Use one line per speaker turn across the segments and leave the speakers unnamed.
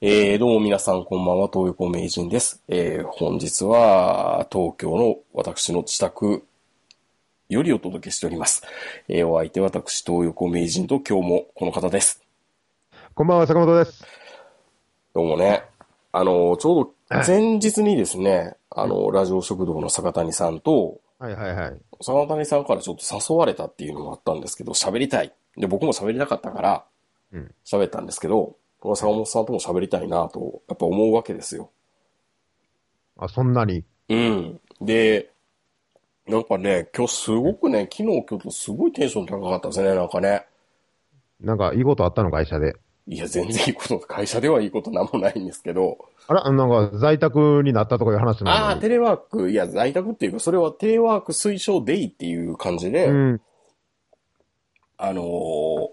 えー、どうも皆さんこんばんは、東横名人です。えー、本日は、東京の私の自宅よりお届けしております。えー、お相手は私、東横名人と今日もこの方です。
こんばんは、坂本です。
どうもね。あの、ちょうど前日にですね、あの、ラジオ食堂の坂谷さんと、
はいはいはい。
坂谷さんからちょっと誘われたっていうのもあったんですけど、喋りたい。で、僕も喋りたかったから
うん、
喋ったんですけど、この坂本さんとも喋りたいなと、やっぱ思うわけですよ。
あ、そんなに。
うん。で、なんかね、今日すごくね、昨日、今日とすごいテンション高かったですね、なんかね。
なんか、いいことあったの、会社で。
いや、全然いいこと、会社ではいいことなんもないんですけど。
あら、なんか、在宅になったとかいう話
あ
な
あ、
の
テ
に。
レワーク、いや、在宅っていうか、それはテレワーク推奨デイっていう感じで、
うん。
あのー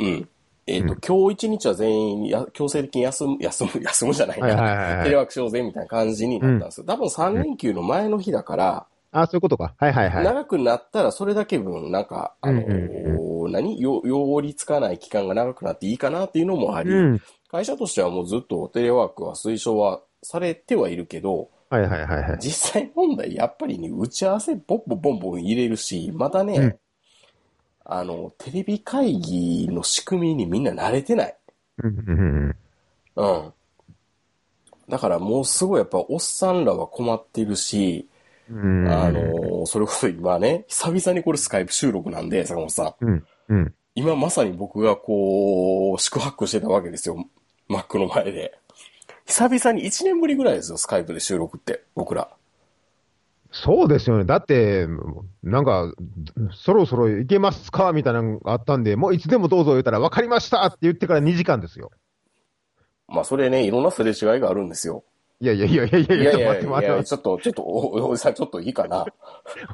うん。えっと、
うん
今日一日は全員や、強制的に休む、休む、休むじゃないな
はいはいはいは
テ
い
レ。ワークしようぜみたいな感じになったんですよ。多分3連休の前の日だから、
あ、そういうことか。はいはいはい。
長くなったらそれだけ分、なんか、あのー、何よ、用りつかない期間が長くなっていいかなっていうのもあり、
うん。
会社としてはもうずっとテレワークは推奨はされてはいるけど、
はいはいはいはい。
実際問題、やっぱりね、打ち合わせボンボンボンボン入れるし、またね、
うん
あの、テレビ会議の仕組みにみんな慣れてない。
うんうんうんうん。
うん。だからもうすごいやっぱおっさんらは困ってるし、
うん
あのーそれこそ今ね、久々にこれスカイプ収録なんで、坂本さん。
うん。うん。
今まさに僕がこう、宿泊してたわけですよ。Mac の前で。久々に1年ぶりぐらいですよ、スカイプで収録って、僕ら。
そうですよね。だって、なんか、そろそろ行けますかみたいなのがあったんで、もういつでもどうぞ言うたら、わかりましたって言ってから2時間ですよ。
まあ、それね、いろんなすれ違いがあるんですよ。
いやいやいやいやい
い
やいや、
や
ち
いやいや、
ょっと待って
い
待
や
って
ちょっと、ちょっと、おおじさん、ちょっといいかな。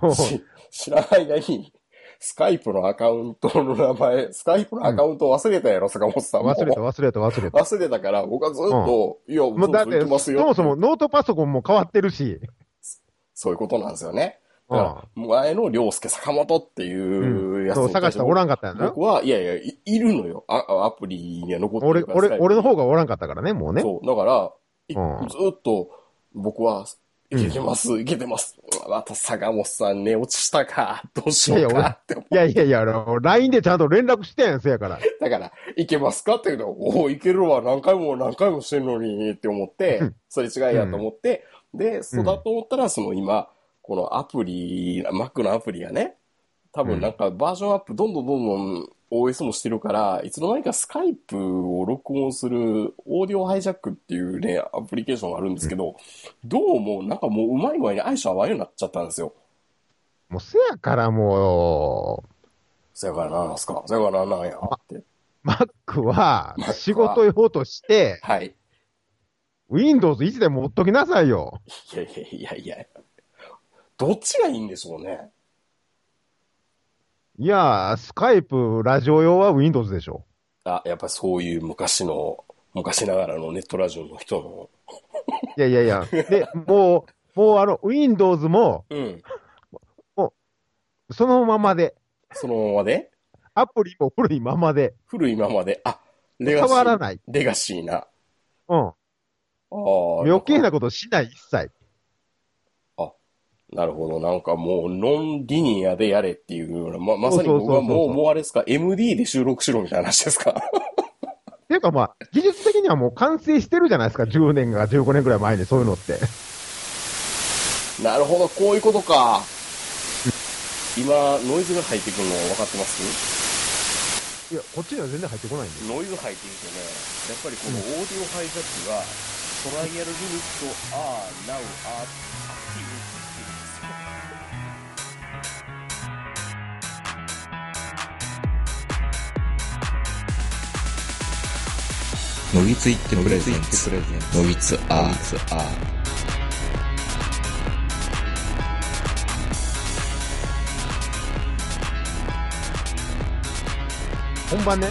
待って。
し知らない間に、スカイプのアカウントの名前、スカイプのアカウント忘れたやろ、坂本さんも。
忘れた忘れた忘れた。
忘れたから、僕はずっと、いや、
もうだっ
ずっと
て、
行きますよ
そもそもノートパソコンも変わってるし。
そういうことなんですよね。だ
うん
から、前の良介坂本っていうやつ
そう、
に対
探
し
してたらおらんかったやな
僕。は、いやいや、いいるのよ。ああアプリには残って
俺、
るから。
俺、俺の
方
方がおらんかったからね、もうね。
そう。だから、い
うん
ずっと僕は、
うん
いけてます、いけてます。うわまた坂本さんね、落ちたか、どうしよう
いやい
か
や
って思
いやいやいや、あの LINE でちゃんと連絡してんやん、せやから。
ったから、いけますかって言うと、おお、いけるわ、何回も何回もしてんのにって思って
うん、
それ違いやと思って、で、そうだと思ったら、その今、このアプリ、Mac のアプリがね、多分なんかバージョンアップどんどんどんどん OS もしてるから、いつの間にかスカイプを録音するオーディオハイジャックっていうね、アプリケーションがあるんですけど、どうもなんかもううまい具合に相性合わんようになっちゃったんですよ。
もうせやからも
そやからなんなんすかそやからなんなんやって。
う、Mac は仕事用として、
はい。
Windows1 で持っときなさいよ。
いやいやいやいや。どっちがいいんでしょうね。
いやー、スカイプ、ラジオ用は Windows でしょ。
あ、やっぱそういう昔の、昔ながらのネットラジオの人の。
いやいやいや。で、もう、もうあの、Windows も、
うん。
そのままで、
そのままで、
アプリも古いままで、
古いままで、あ、レガ
変
シ
わら
ー、
ない。
レガシーな。あ
うん。
あ。
余計。なことしない、一切。
なるほど。なんかもう、ノンリニアでやれっていうような、ま、まさに
そうそうそうそう
僕はもう、もうあれですか、MD で収録しろみたいな話ですか。
っていうかまあ、技術的にはもう完成してるじゃないですか、10年が15年ぐらい前にそういうのって。
なるほど、こういうことか。今、ノイズが入ってくるの分かってます
いや、こっちには全然入ってこないんで。
ノイズ入っていてね、やっぱりこのオーディオハイジャックが、トライアルリミット、あー、ナウ、あー、っていうっていうんですよ。
のびついってプレゼンツ。のびつアーツア
本番ね。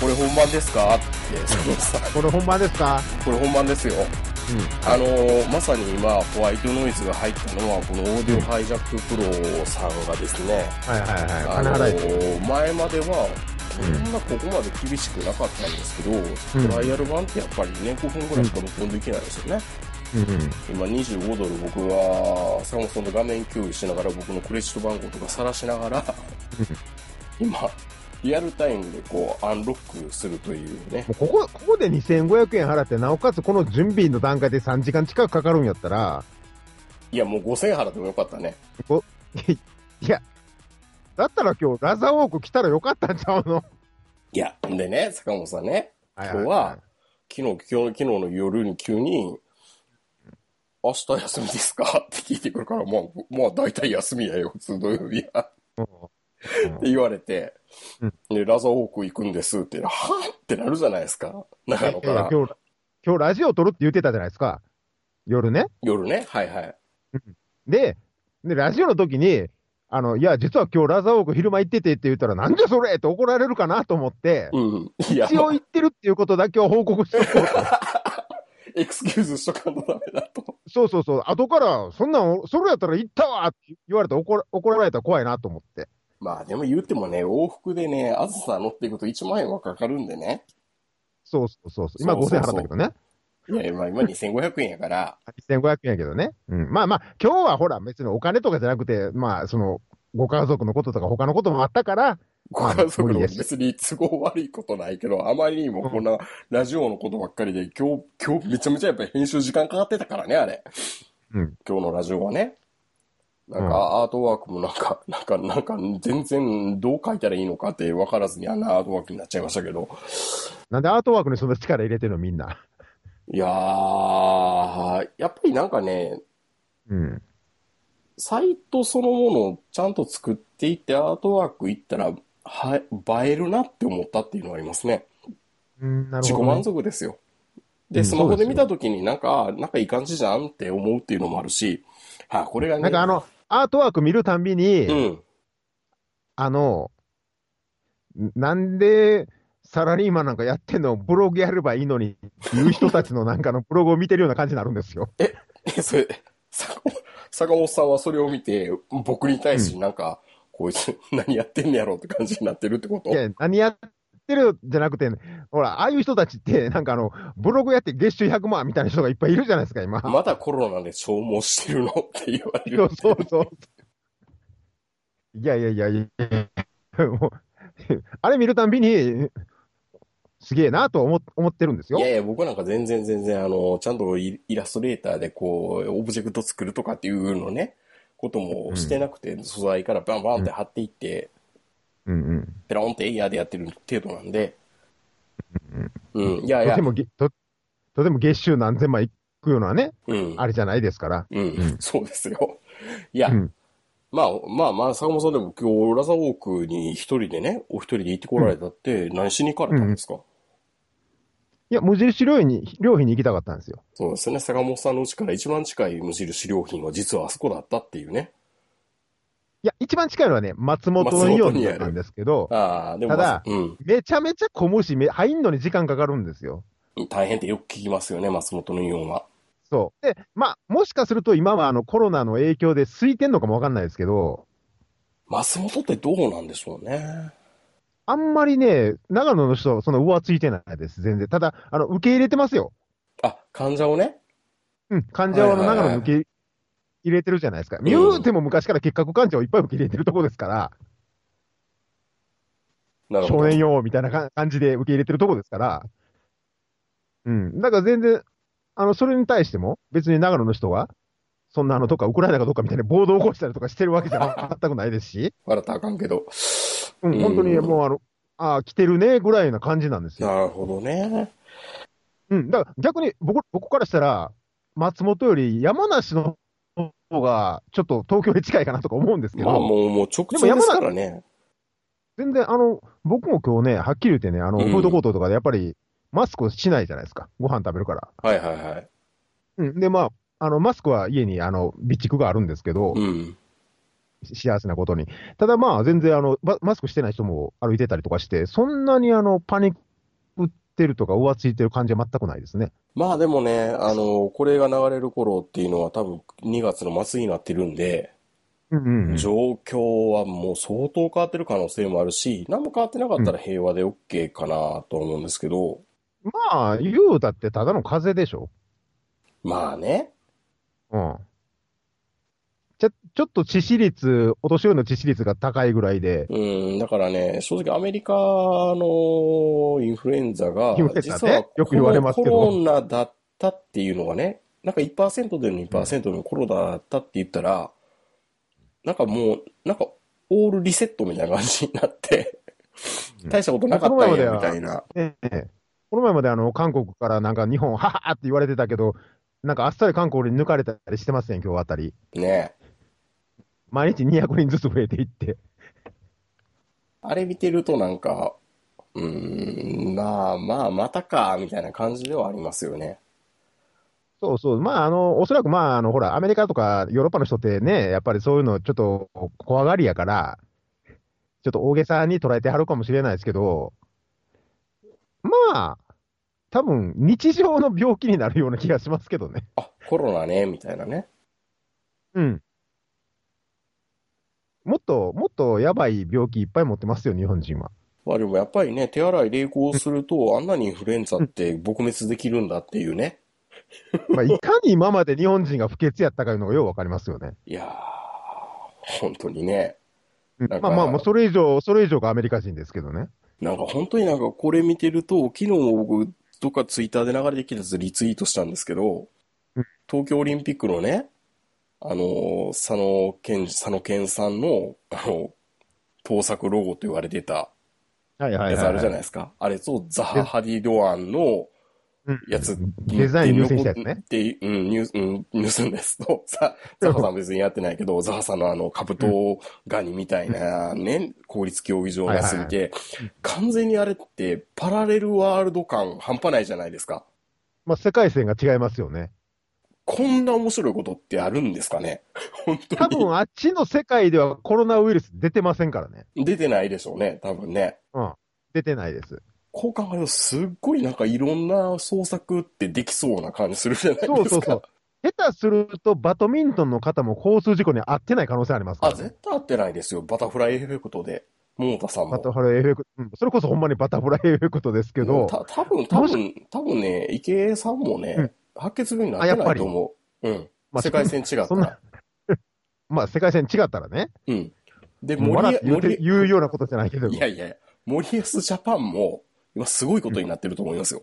これ本番ですかって、佐藤さん、
これ本番ですか
これ本番ですよ。
う
あのーまさに今、ホワイトノイズが入ったのは、このオーディオハイジャックプロさんがですね、
ん。はいはいはい。
あ
金
の
払い。
ー前までは、そんなここまで厳しくなかったんですけど、
ん
トライアル版ってやっぱりね、5分ぐらいしか録音できないですよね。今25ドル僕は、坂本さんと画面共有しながら僕のクレジット番号とか晒しながら、今、リアルタイムでこう、アンロックするというね。
もうここ、ここで2500円払って、なおかつこの準備の段階で3時間近くかかるんやったら、
いや、もう5000円払ってもよかったね。
いや、だったら今日ラザーウォーク来たらよかったんちゃうの
いや、んでね、坂本さんね、
はい
今
はい
日は、昨日、今日、昨日の夜に急に、明日休みですかって聞いてくるから、まあ、まあ大体休みやよ、普通土曜日や。って言われて、
うん
で、ラザーウォーク行くんですって、はぁってなるじゃないですか。長野
い
か
やい
ら
や。今日、今日ラジオ撮るって言ってたじゃないですか。夜ね。
夜ね、はいはい。
で、でラジオの時に、あの、いや、実は今日ラザーウォーク昼間行っててって言ったら、なんじゃそれって怒られるかなと思って、
うん。いや、
一応行ってるっていうことだけは報告しとこう と。
エクスキューズしとかんとダメだと。
そうそうそう。後から、そんなん、それやったら行ったわって言われたら怒ら怒られたら怖いなと思って。
まあ、でも言ってもね、往復でね、あずさ乗っていくと1万円はかかるんでね。
そうそうそうそう。今
そうそう
5000
そう
払ったけどね。
いや、今、今2500円やから、
1500円やけどね。うん。まあまあ、今日はほら、別にお金とかじゃなくて、まあ、その、ご家族のこととか他のこともあったから、
ご家族の
無理です
別に都合悪いことないけど、あまりにもこんなラジオのことばっかりで、今日、今日めちゃめちゃやっぱり編集時間かかってたからね、あれ。
うん。
今日のラジオはね。なん
うん
か、アートワークもなんか、なんか、なんか、全然どう書いたらいいのかって分からずにあんなアートワークになっちゃいましたけど。
なんでアートワークにそんな力入れてるのみんな。
いやー、やっぱりなんかね、
うん。
サイトそのものをちゃんと作っていって、アートワークいったら、は、映えるなって思ったっていうのはありますね。
うん、なる
自己
ほど、ね
満。足ですよ。
う
で、
ん
スマホ
そう
で
で
す
よ
見たときになんか、なんかいい感じじゃんって思うっていうのもあるし、あ、これがね、
なんかあの、アートワーク見るたんびに、
うん。
あの、なんでサラリーマンなんかやってんの、ブログやればいいのにっていう人たちのなんかのブログを見てるような感じになるんで すよ。
え、それ、坂本坂本さんはそれを見て、僕に対してなんか、こいつ何やってんねやろって感じになってるってこと
いや、何やってるじゃなくて、ほら、ああいう人たちって、なんかあの、ブログやって月収100万みたいな人がいっぱいいるじゃないですか、今。
まだコロナで消耗してるのって言われ
そ
る
う。そうそう。いやいやいやいや、もう、 あれ見るたんびに、すげえなと思思ってるんですよ
い。やいや、僕なんか全然全然、あの、ちゃんとイイラストレーターでこう、オブジェクト作るとかっていうのね、こともしてなくて、素材からバンバンって貼っていって、
うんうん。
ペロンってエイヤーでやってる程度なんで。うん。いやい
と
や
て、もげと、とても月収何千万いくようなね、
うん。
あれじゃないですから。
うん。そうですよ。いや、
うん
まあまあまあ、坂本さんでも今日、ラザウォークに一人でね、お一人で行ってこられたって、何しに行かれたんですか、
いや、無印良品に、良品に行きたかったんですよ。
そうですね。坂本さんのうちから一番近い無印良品は実はあそこだったっていうね。
いや、一番近いのはね、松本のイオンだったんですけど、
ああ、でも、
ただ
うん。
めちゃめちゃ混むし、め入んのに時間かかるんですよ。
大変ってよく聞きますよね、松本のイオンは。
そう。で、まあ、もしかすると今はあのコロナの影響で空いてんのかもわかんないですけど、
松本ってどうなんでしょうね。
あんまりね、長野の人、その上ついてないです、全然。ただ、あの、受け入れてますよ。
あ、患者をね。
うん、患者はあの
はいはい
長
はい
野に受け入れてるじゃないですか。
ん
言うても昔から結核患者をいっぱい受け入れてるとこですから。
なるほ
少
ど。
年よみたいなか感じで受け入れてるとこですから、うん、だから全然、あのそれに対しても、別に長野の人は、そんなあのとか、ウクライナかどうかみたいな暴動を起こしたりとかしてるわけ じゃ全くないですし、
笑ったらあかんけど。
うん
うん
本当にもうあの、ああ、来てるねぐらいな感じなんですよ。
なるほどね。
うん、だから逆に僕僕からしたら、松本より山梨の方が、ちょっと東京に近いかなとか思うんですけど、
まあもう、もう直
で
接
も
です
山田
からね。
全然あの、僕も今日ね、はっきり言ってね、あの
うん
フードコートとかでやっぱり、マスクをしないじゃないですか、ご飯食べるから。
はいはいはい。
うん、で、まあ、あの、マスクは家に、あの、備蓄があるんですけど、
うん。
幸せなことに。ただまあ、全然、あの、ばマスクしてない人も歩いてたりとかして、そんなに、あの、パニックってるとか、浮ついてる感じは全くないですね。
まあでもね、あの、これが流れる頃っていうのは多分2月の末になってるんで、
うんうんうん。
状況はもう相当変わってる可能性もあるし、何も変わってなかったら平和で OK かなと思うんですけど、
まあ、言うたってただの風邪でしょ。
まあね、
うん。ちょ、ちょっと致死率、お年寄りの致死率が高いぐらいで、
うん、だからね、正直アメリカのインフルエンザが
インフルエ、ンザね
実は
よく言われますけど
コロナだったっていうのがね、なんか1%でも2%でもコロナだったって言ったら、なんかもう、なんかオールリセットみたいな感じになって、
うん
大したことなかったんや、み
まあコロナまでは
たいな。
ねえこの前まであの、韓国からなんか日本、ははって言われてたけど、なんかあっさり韓国に抜かれたりしてますね、今日あたり。
ね
毎日200人ずつ増えていって。
あれ見てるとなんか、うーん、まあまあ、またか、みたいな感じではありますよね。
そうそう。まあ、あの、おそらくまあ、あの、ほら、アメリカとかヨーロッパの人ってね、やっぱりそういうのちょっと怖がりやから、ちょっと大げさに捉えてはるかもしれないですけど、まあ、多分、日常の病気になるような気がしますけどね。
あ、コロナね、みたいなね。
うん。もっと、もっとやばい病気いっぱい持ってますよ、日本人は。
まあでもやっぱりね、手洗い冷凍すると、あんなにインフルエンザって撲滅できるんだっていうね。
まあ、いかに今まで日本人が不潔やったかいうのがようわかりますよね。
いやー、本当にね。
うん
なんか
まあまあ、もうそれ以上、それ以上がアメリカ人ですけどね。
なんか本当になんかこれ見てると、昨日も僕、どっかツイッターで流れてきたやつリツイートしたんですけど
うん、
東京オリンピックのね、あのー、佐野健、佐野健さんの、あの、盗作ロゴと言われてた
はいはいはい、
やつあるじゃないですか。あれとザハ・ハディ・ドアンの
うん
やつ
デザイン優先したやつね。
って、うん、ニュース、うん、ニュースのやつと、 さ、ザハさん別にやってないけど、ザハさんのあの、カブトガニみたいなね、公立競技場が過ぎて、完全にあれって、パラレルワールド感半端ないじゃないですか。
まあ、世界線が違いますよね。
こんな面白いことってあるんですかね 本当
多
に。
分あっちの世界ではコロナウイルス出てませんからね。
出てないでしょうね、多分ね。
出てないです。
こう考えると、すっごいなんかいろんな創作ってできそうな感じするじゃないですか。
そうそうそう。下手するとバドミントンの方も交通事故に遭ってない可能性ありますか
あ、
ら、ね。
絶対合ってないですよ。バタフライエフェクトで。桃田さんも。
バタフライエフェクト、うんそれこそほんまにバタフライエフェクトですけ
も
ど
う、た多分多分多分ね、池江さんもね、
うん
白血病になって
あやっ
な
ぱ
い
り
と思う。うん。
まあ
世界線違った
そん
ら
な。まあ世界線違ったらね、
うん。で、
もう笑
森
って言うて
森
言うようなことじゃないけど
い、やいや、森保ジャパンも、今すごいことになってると思いますよ。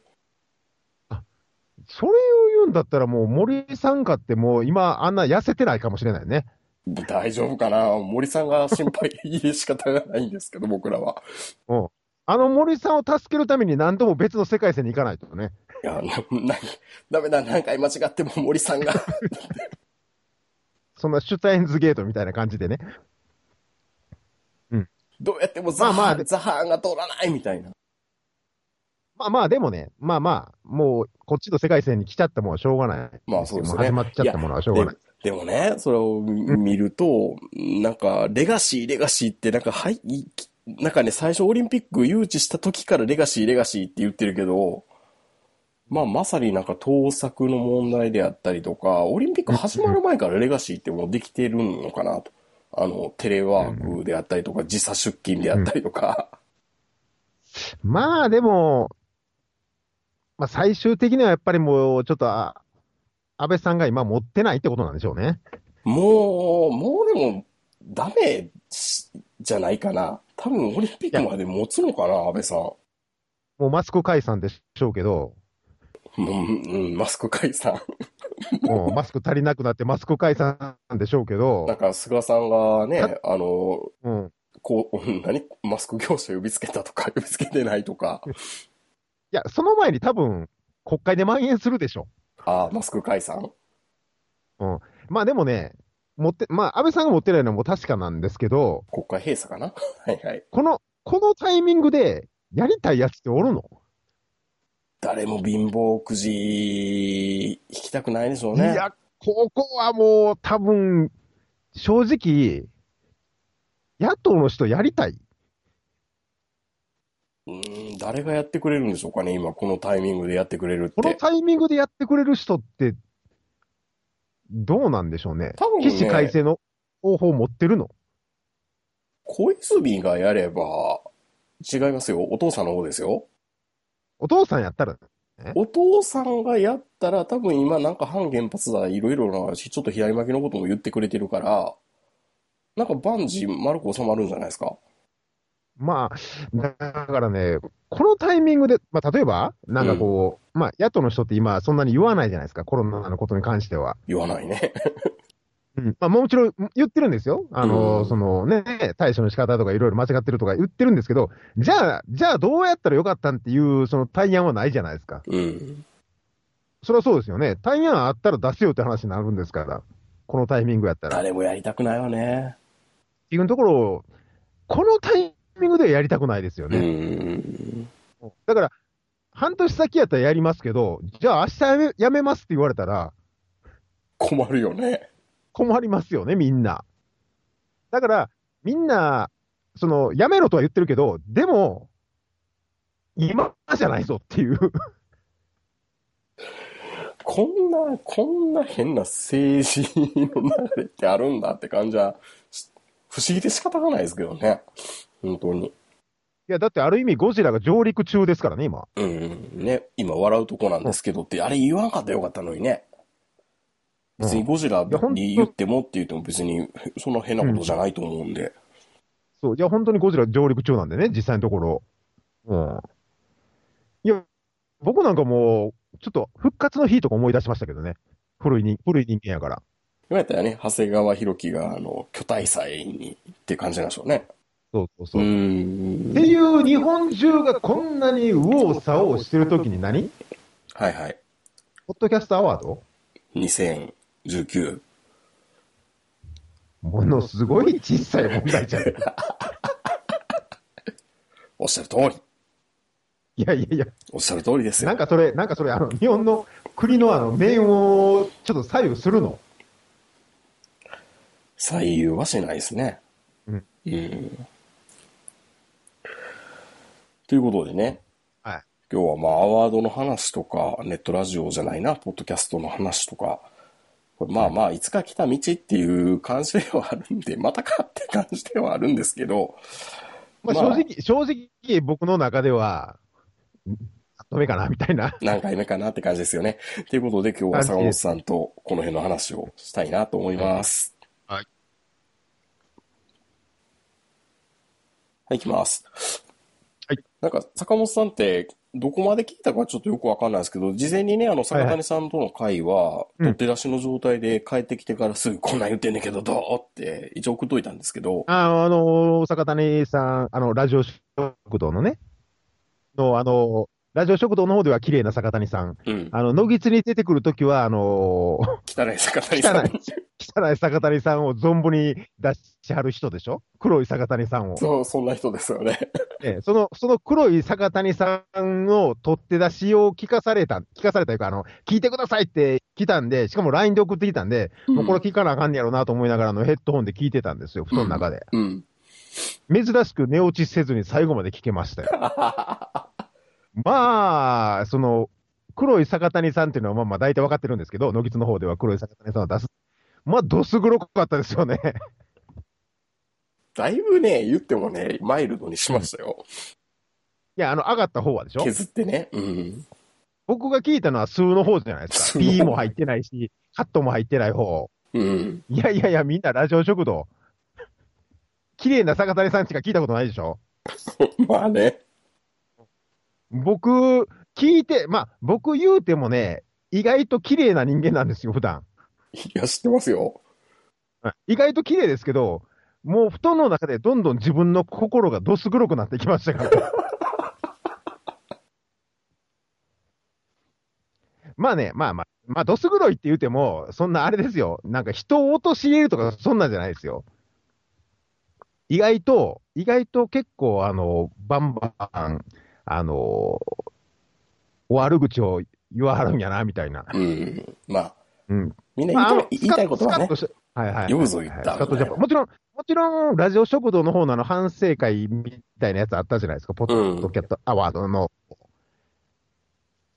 それを言うんだったらもう森さんかってもう今あんな痩せてないかもしれないね。
大丈夫かな森さんが心配で仕方がないんですけど、僕らは。
あの森さんを助けるために何度も別の世界線に行かないとね。
いや、な、な、ダメだ、何回間違っても森さんが。
そんなシュタインズゲートみたいな感じでね。
どうやってもザハーン、
まあまあ
ザハーンが通らないみたいな。
まあまあ、でもね、まあまあ、もう、こっちの世界線に来ちゃったものはしょうがない。
まあそうですよね
も始まっちゃったものはしょうがない。
でもね、それを見ると、なんか、レガシー、レガシーって、なんか、はい、いなんかね、最初オリンピック誘致した時からレガシー、レガシーって言ってるけど、まあ、まさになんか盗作の問題であったりとか、オリンピック始まる前からレガシーってもうできてるのかなと。あの、テレワークであったりとか、時差出勤であったりとか。
まあでも、まあ最終的にはやっぱりもう、ちょっと、あ安倍さんが今持ってないってことなんでしょうね。
もう、もうでも、ダメしじゃないかな。多分オリンピックまで持つのかな、安倍さん。
もうマスク解散でしょうけど、
もううん、マスク解散。
もうマスク足りなくなってマスク解散でしょうけ
なん
ど、
か、菅さんがね、あの、
うん。
こう、 うん何マスク業者呼びつけたとか、呼 びつけてないとか、
いや、その前に多分、国会で蔓延するでしょ
ああ、マスク解散。
う。まあでもね、持って、まあ安倍さんが持ってないのはもう確かなんですけど、
国会閉鎖かな はいはい。
この、このタイミングでやりたいやつっておるの
誰も貧乏くじ、引きたくないでしょう
い
ね。
や、ここはもう多分、正直、野党の人やりたい。
うん、誰がやってくれるんでしょうかね、今、このタイミングでやってくれるっ
この
て。
タイミングでやってくれる人って、どうなんでしょうね。
多分ね
起死回生の方法持ってるの
小泉がやれば、違いますよ。お父さんの方ですよ。
お父さんやったら、
お父さんがやったら、多分今なんか反原発だ、いろいろな、ちょっと左巻きのことも言ってくれてるから、なんか万事丸く収まるんじゃないですか。
まあ、だからね、このタイミングで、まあ、例えば、なんかこう、まあ、野党の人って今、そんなに言わないじゃないですか、コロナのことに関しては。
言わないね。
うんまあ、もちろん言ってるんですよ。あの、
うん
そのね、対処の仕方とかいろいろ間違ってるとか言ってるんですけど、じゃあ、じゃあどうやったらよかったんっていう、その対案はないじゃないですか。
うん。
それはそうですよね。対案あったら出せよって話になるんですから、このタイミングやったら。っ
誰もやりたくないわね。
ていうところを、このタイミングではやりたくないですよ
う
ね。
ん。
だから、半年先やったらやりますけど、じゃあ明日やめやめますって言われたら、
困るよね。
困りますよね、みんな。だから、みんな、その、やめろとは言ってるけど、でも、今じゃないぞっていう。
こんな、こんな変な政治の流れってあるんだって感じは、し不思議で仕方がないですけどね。本当に。
いや、だってある意味ゴジラが上陸中ですからね、今。
うん。ね、今笑うとこなんですけどって、あれ言わんかったらよかったのにね。別にゴジラ
いやほんと
に言ってもって言っても別にそんな変なことじゃないと思うんで。
そう、いや、本当にゴジラ上陸中なんでね、実際のところ。うん。いや、僕なんかもう、ちょっと復活の日とか思い出しましたけどね。古いに、古い人間やから。
今やったらね、長谷川博己が、あの、巨大祭にって感じなんでしょうね。
そうそうそうう。
ん
って。いう日本中がこんなに右往左往してるときに何
はいはい。
ポッドキャストアワード
2019。
ものすごい小さい問題 じゃん。い
おっしゃる通り。
やいやいや、
おっしゃる通りですよ。
なんかそれ、なんかそれ、あの、日本の国のあの、命運をちょっと左右するの。
採用はしないですね。
うん。
うん。ということでね、
はい。
今日はまあアワードの話とか、ネットラジオじゃないな、ポッドキャストの話とか、これまあまあ、いつか来た道っていう感じではあるんで、またかって感じではあるんですけど、
まあ、
まあ
正直、正直僕の中では、ダメかな、みたいな。
何回目かなって感じですよね。ということで今日は坂本さんとこの辺の話をしたいなと思います。
は
は
い
い、いきます。
はい。
なんか坂本さんってどこまで聞いたかちょっとよくわかんないですけど、事前にね、あの坂谷さんとの会は、
いはいう
取っ
ん
手出しの状態で帰ってきてからすぐこんなん言ってんねんけど、どうって一応送っといたんですけど、
あの、あの坂谷さん、あの、ラジオ食堂のね、の、あの、ラジオ食堂の方では綺麗な坂谷さん。
うん。
あの、野口に出てくるときは、あの
汚い坂谷さん。
汚い、 汚い坂谷さんを存分に出しはる人でしょ黒い坂谷さんを。
そう、そんな人ですよね。
ええその、その黒い坂谷さんを取って出しを聞かされた、聞かされたというか、あの、聞いてくださいって来たんで、しかも LINE で送ってきたんで、もうこれ聞かなあかんねやろうなと思いながらあのヘッドホンで聞いてたんですよ、布団の中で。
うん。
珍しく寝落ちせずに最後まで聞けま したよ。まあ、その、黒い坂谷さんっていうのはまあまあ大体わかってるんですけど、野木津の方では黒い坂谷さんを出す。まあ、どす黒かったですよね。
だいぶね、言ってもね、マイルドにしましたよ。
いや、あの、上がった方はでしょ
削ってね。うん。
僕が聞いたのは数の方じゃないです
数
か。
の方
P も入ってないし、カットも入ってない方。
うん。
いやいやいや、みんなラジオ食堂。綺麗な坂谷さんしか聞いたことないでしょ
まあね。
僕、聞いて、まあ、僕言うてもね、意外と綺麗な人間なんですよ、普段。
いや、知ってますよ。
意外と綺麗ですけど、もう布団の中でどんどん自分の心がどす黒くなってきましたから。 まあね、まあまあ、まあ、どす黒いって言うても、そんなあれですよ。なんか人を陥れるとか、そんなんじゃないですよ。意外と、意外と結構、あの、バンバン、あの、お悪口を言わはるんやな、みたいな。
うん。まあ、
うん。
みんな
まあ
言いた
あの
い,、言いたいことは
スカッ
ね
と。してはいはいはいはい。
よくぞ言った
スカッとジャパ
みたいな
ンもちろん、もちろん、ラジオ食堂の方のあの反省会みたいなやつあったじゃないですか、ポッドキャットアワードの。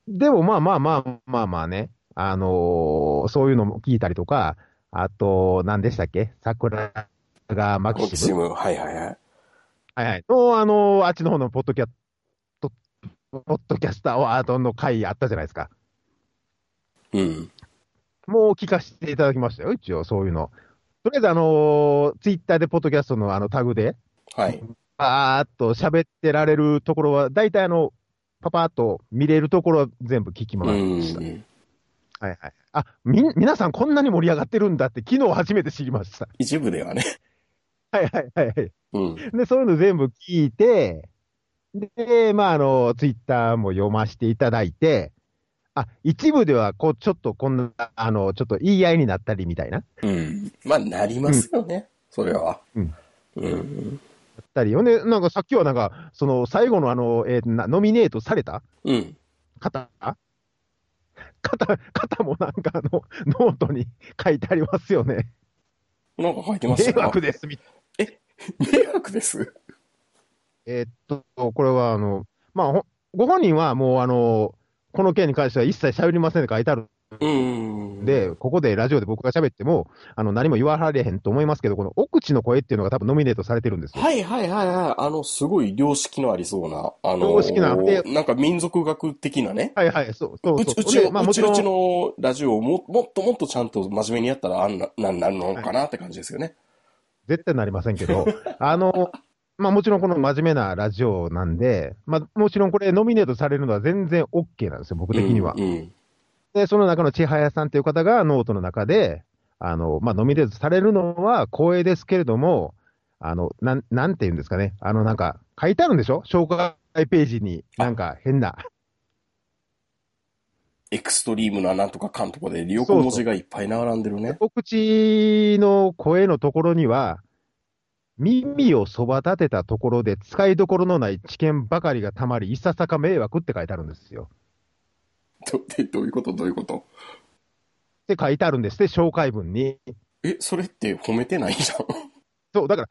でもまあまあまあまあまあね、あのーそういうのも聞いたりとか、あと、何でしたっけ桜がマ
マ
キ
キ
シ
シ
ム。
ム、はいはいはい。
はいはい。の、あの、あっちの方のポッドキャト、ポッドキャスターワードの回あったじゃないですか。
うん。
もう聞かせていただきましたよ、一応、そういうの。とりあえず、あのツイッターでポッドキャストのあのタグで、
はい。
パーっと喋ってられるところは、大体あの、パパーっと見れるところは全部聞きま
う
した。
ん。
はいはい。あ、みん、皆さんこんなに盛り上がってるんだって、昨日初めて知りました。
一部ではね。
はいはいはいはい。
うん。
で、そういうの全部聞いて、で、まあ、あの、ツイッターも読ませていただいて、あ、一部では、こう、ちょっとこんな、あの、ちょっと言い合いになったりみたいな。
うん。まあ、なりますよね。それは。
うん。
うん。
だったりよね。なんかさっきはなんか、その、最後のあの、えーなノミネートされた
うん。
方方、方もなんかあの、ノートに書いてありますよね。
なんか書いてまし
迷
たよ
惑です、みたいな。
迷惑です。
えーっと、これはあの、まあ、ほご本人はもうあの、この件に関しては一切喋りませんって書いてある
うん。、
で、ここでラジオで僕が喋っても、あの何も言わはれへんと思いますけど、この奥地の声っていうのが多分ノミネートされてるんですよ。
はいはいはいはい。あの、すごい良識のありそうな、あの、
良識なで
なんか民族学的なね。
はいはい、そうそう
う
そ
ち
う。
うち
でまあ
う
も
ち
ち
う
ろん
ち、のラジオをももっともっとちゃんと真面目にやったらあんな、なんなんのかなって感じですよね。
絶対なりませんけど、 あの、まあもちろんこの真面目なラジオなんで、まあもちろんこれノミネートされるのは全然 OK なんですよ、僕的には。
うんうん。
で、その中の千早さんという方がノートの中で、あの、まあ、ノミネートされるのは光栄ですけれども、あの、なん、なんて言うんですかね。あの、なんか、書いてあるんでしょ紹介ページに、なんか変な。
エクストリームななんとかかんとかで、横文字がいっぱい並んでる ね。
お口の声のところには、耳をそば立てたところで使いどころのない知見ばかりがたまり、いささか迷惑って書いてあるんですよ。
どでどういうことどういうこと
って書いてあるんですって、紹介文に。
え、それって褒めてないじゃん。
そう、だから、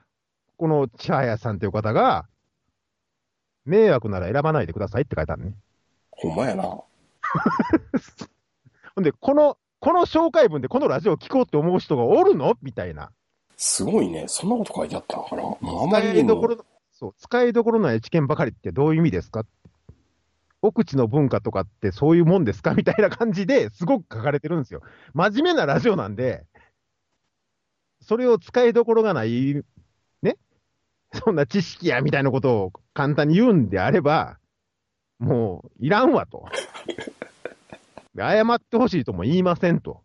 この千早さんという方が、迷惑なら選ばないでくださいって書いてあるね。
ほんまやな。
ほんで、この、この紹介文でこのラジオを聞こうって思う人がおるのみたいな。
すごいね。そんなこと書いてあったから。もうあまり
使
に
いど
も
こ。ろの、そう、使いどころのない知見ばかりってどういう意味ですか奥地の文化とかってそういうもんですかみたいな感じですごく書かれてるんですよ。真面目なラジオなんで、それを使いどころがない、ね、そんな知識やみたいなことを簡単に言うんであれば、もういらんわ と。で謝ってほしいとも言いませんと。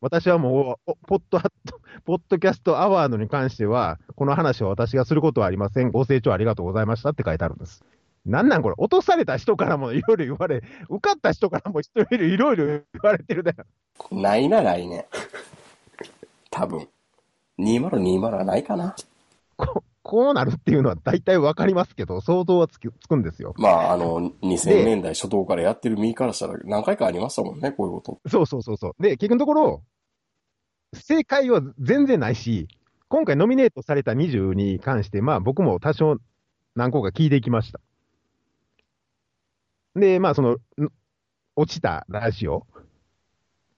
私はもう、おポッドハットポッドキャストアワードに関しては、この話は私がすることはありません。ご清聴ありがとうございましたって書いてあるんです。なんなんこれ、落とされた人からもいろいろ言われ、受かった人からもいろいろいろいろ言われてるだよ。
ないな、来 年。多分。2020はないかな。
ここうなるっていうのは大体わかりますけど、想像はつきつくんですよ。
まあ、あの、2000
で
年代初頭からやってる身からしたら何回かありましたもんね、こういうこと。
そうそうそうそう。で、結局のところ、正解は全然ないし、今回ノミネートされた20に関して、まあ僕も多少何個か聞いていきました。で、まあその、ん落ちたラジオ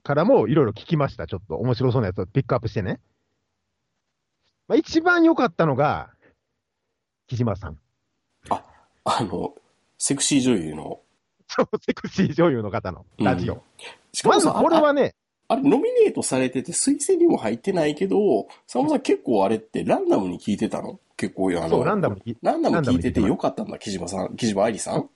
からもいろいろ聞きました。ちょっと面白そうなやつをピックアップしてね。まあ一番良かったのが、木島さん。
あの、セクシー女優の。
超セクシー女優の方のラジオ。
うしか
ま
も
ず
さ、
これはね、
あれ、ノミネートされてて推薦にも入ってないけど、坂本さん結構あれってランダムに聞いてたの結構、あの、
そう、ランダムに聞い
ランダム聞いてて
ランダムに聞いてます
よかったんだ、木島さん、木島愛理さん。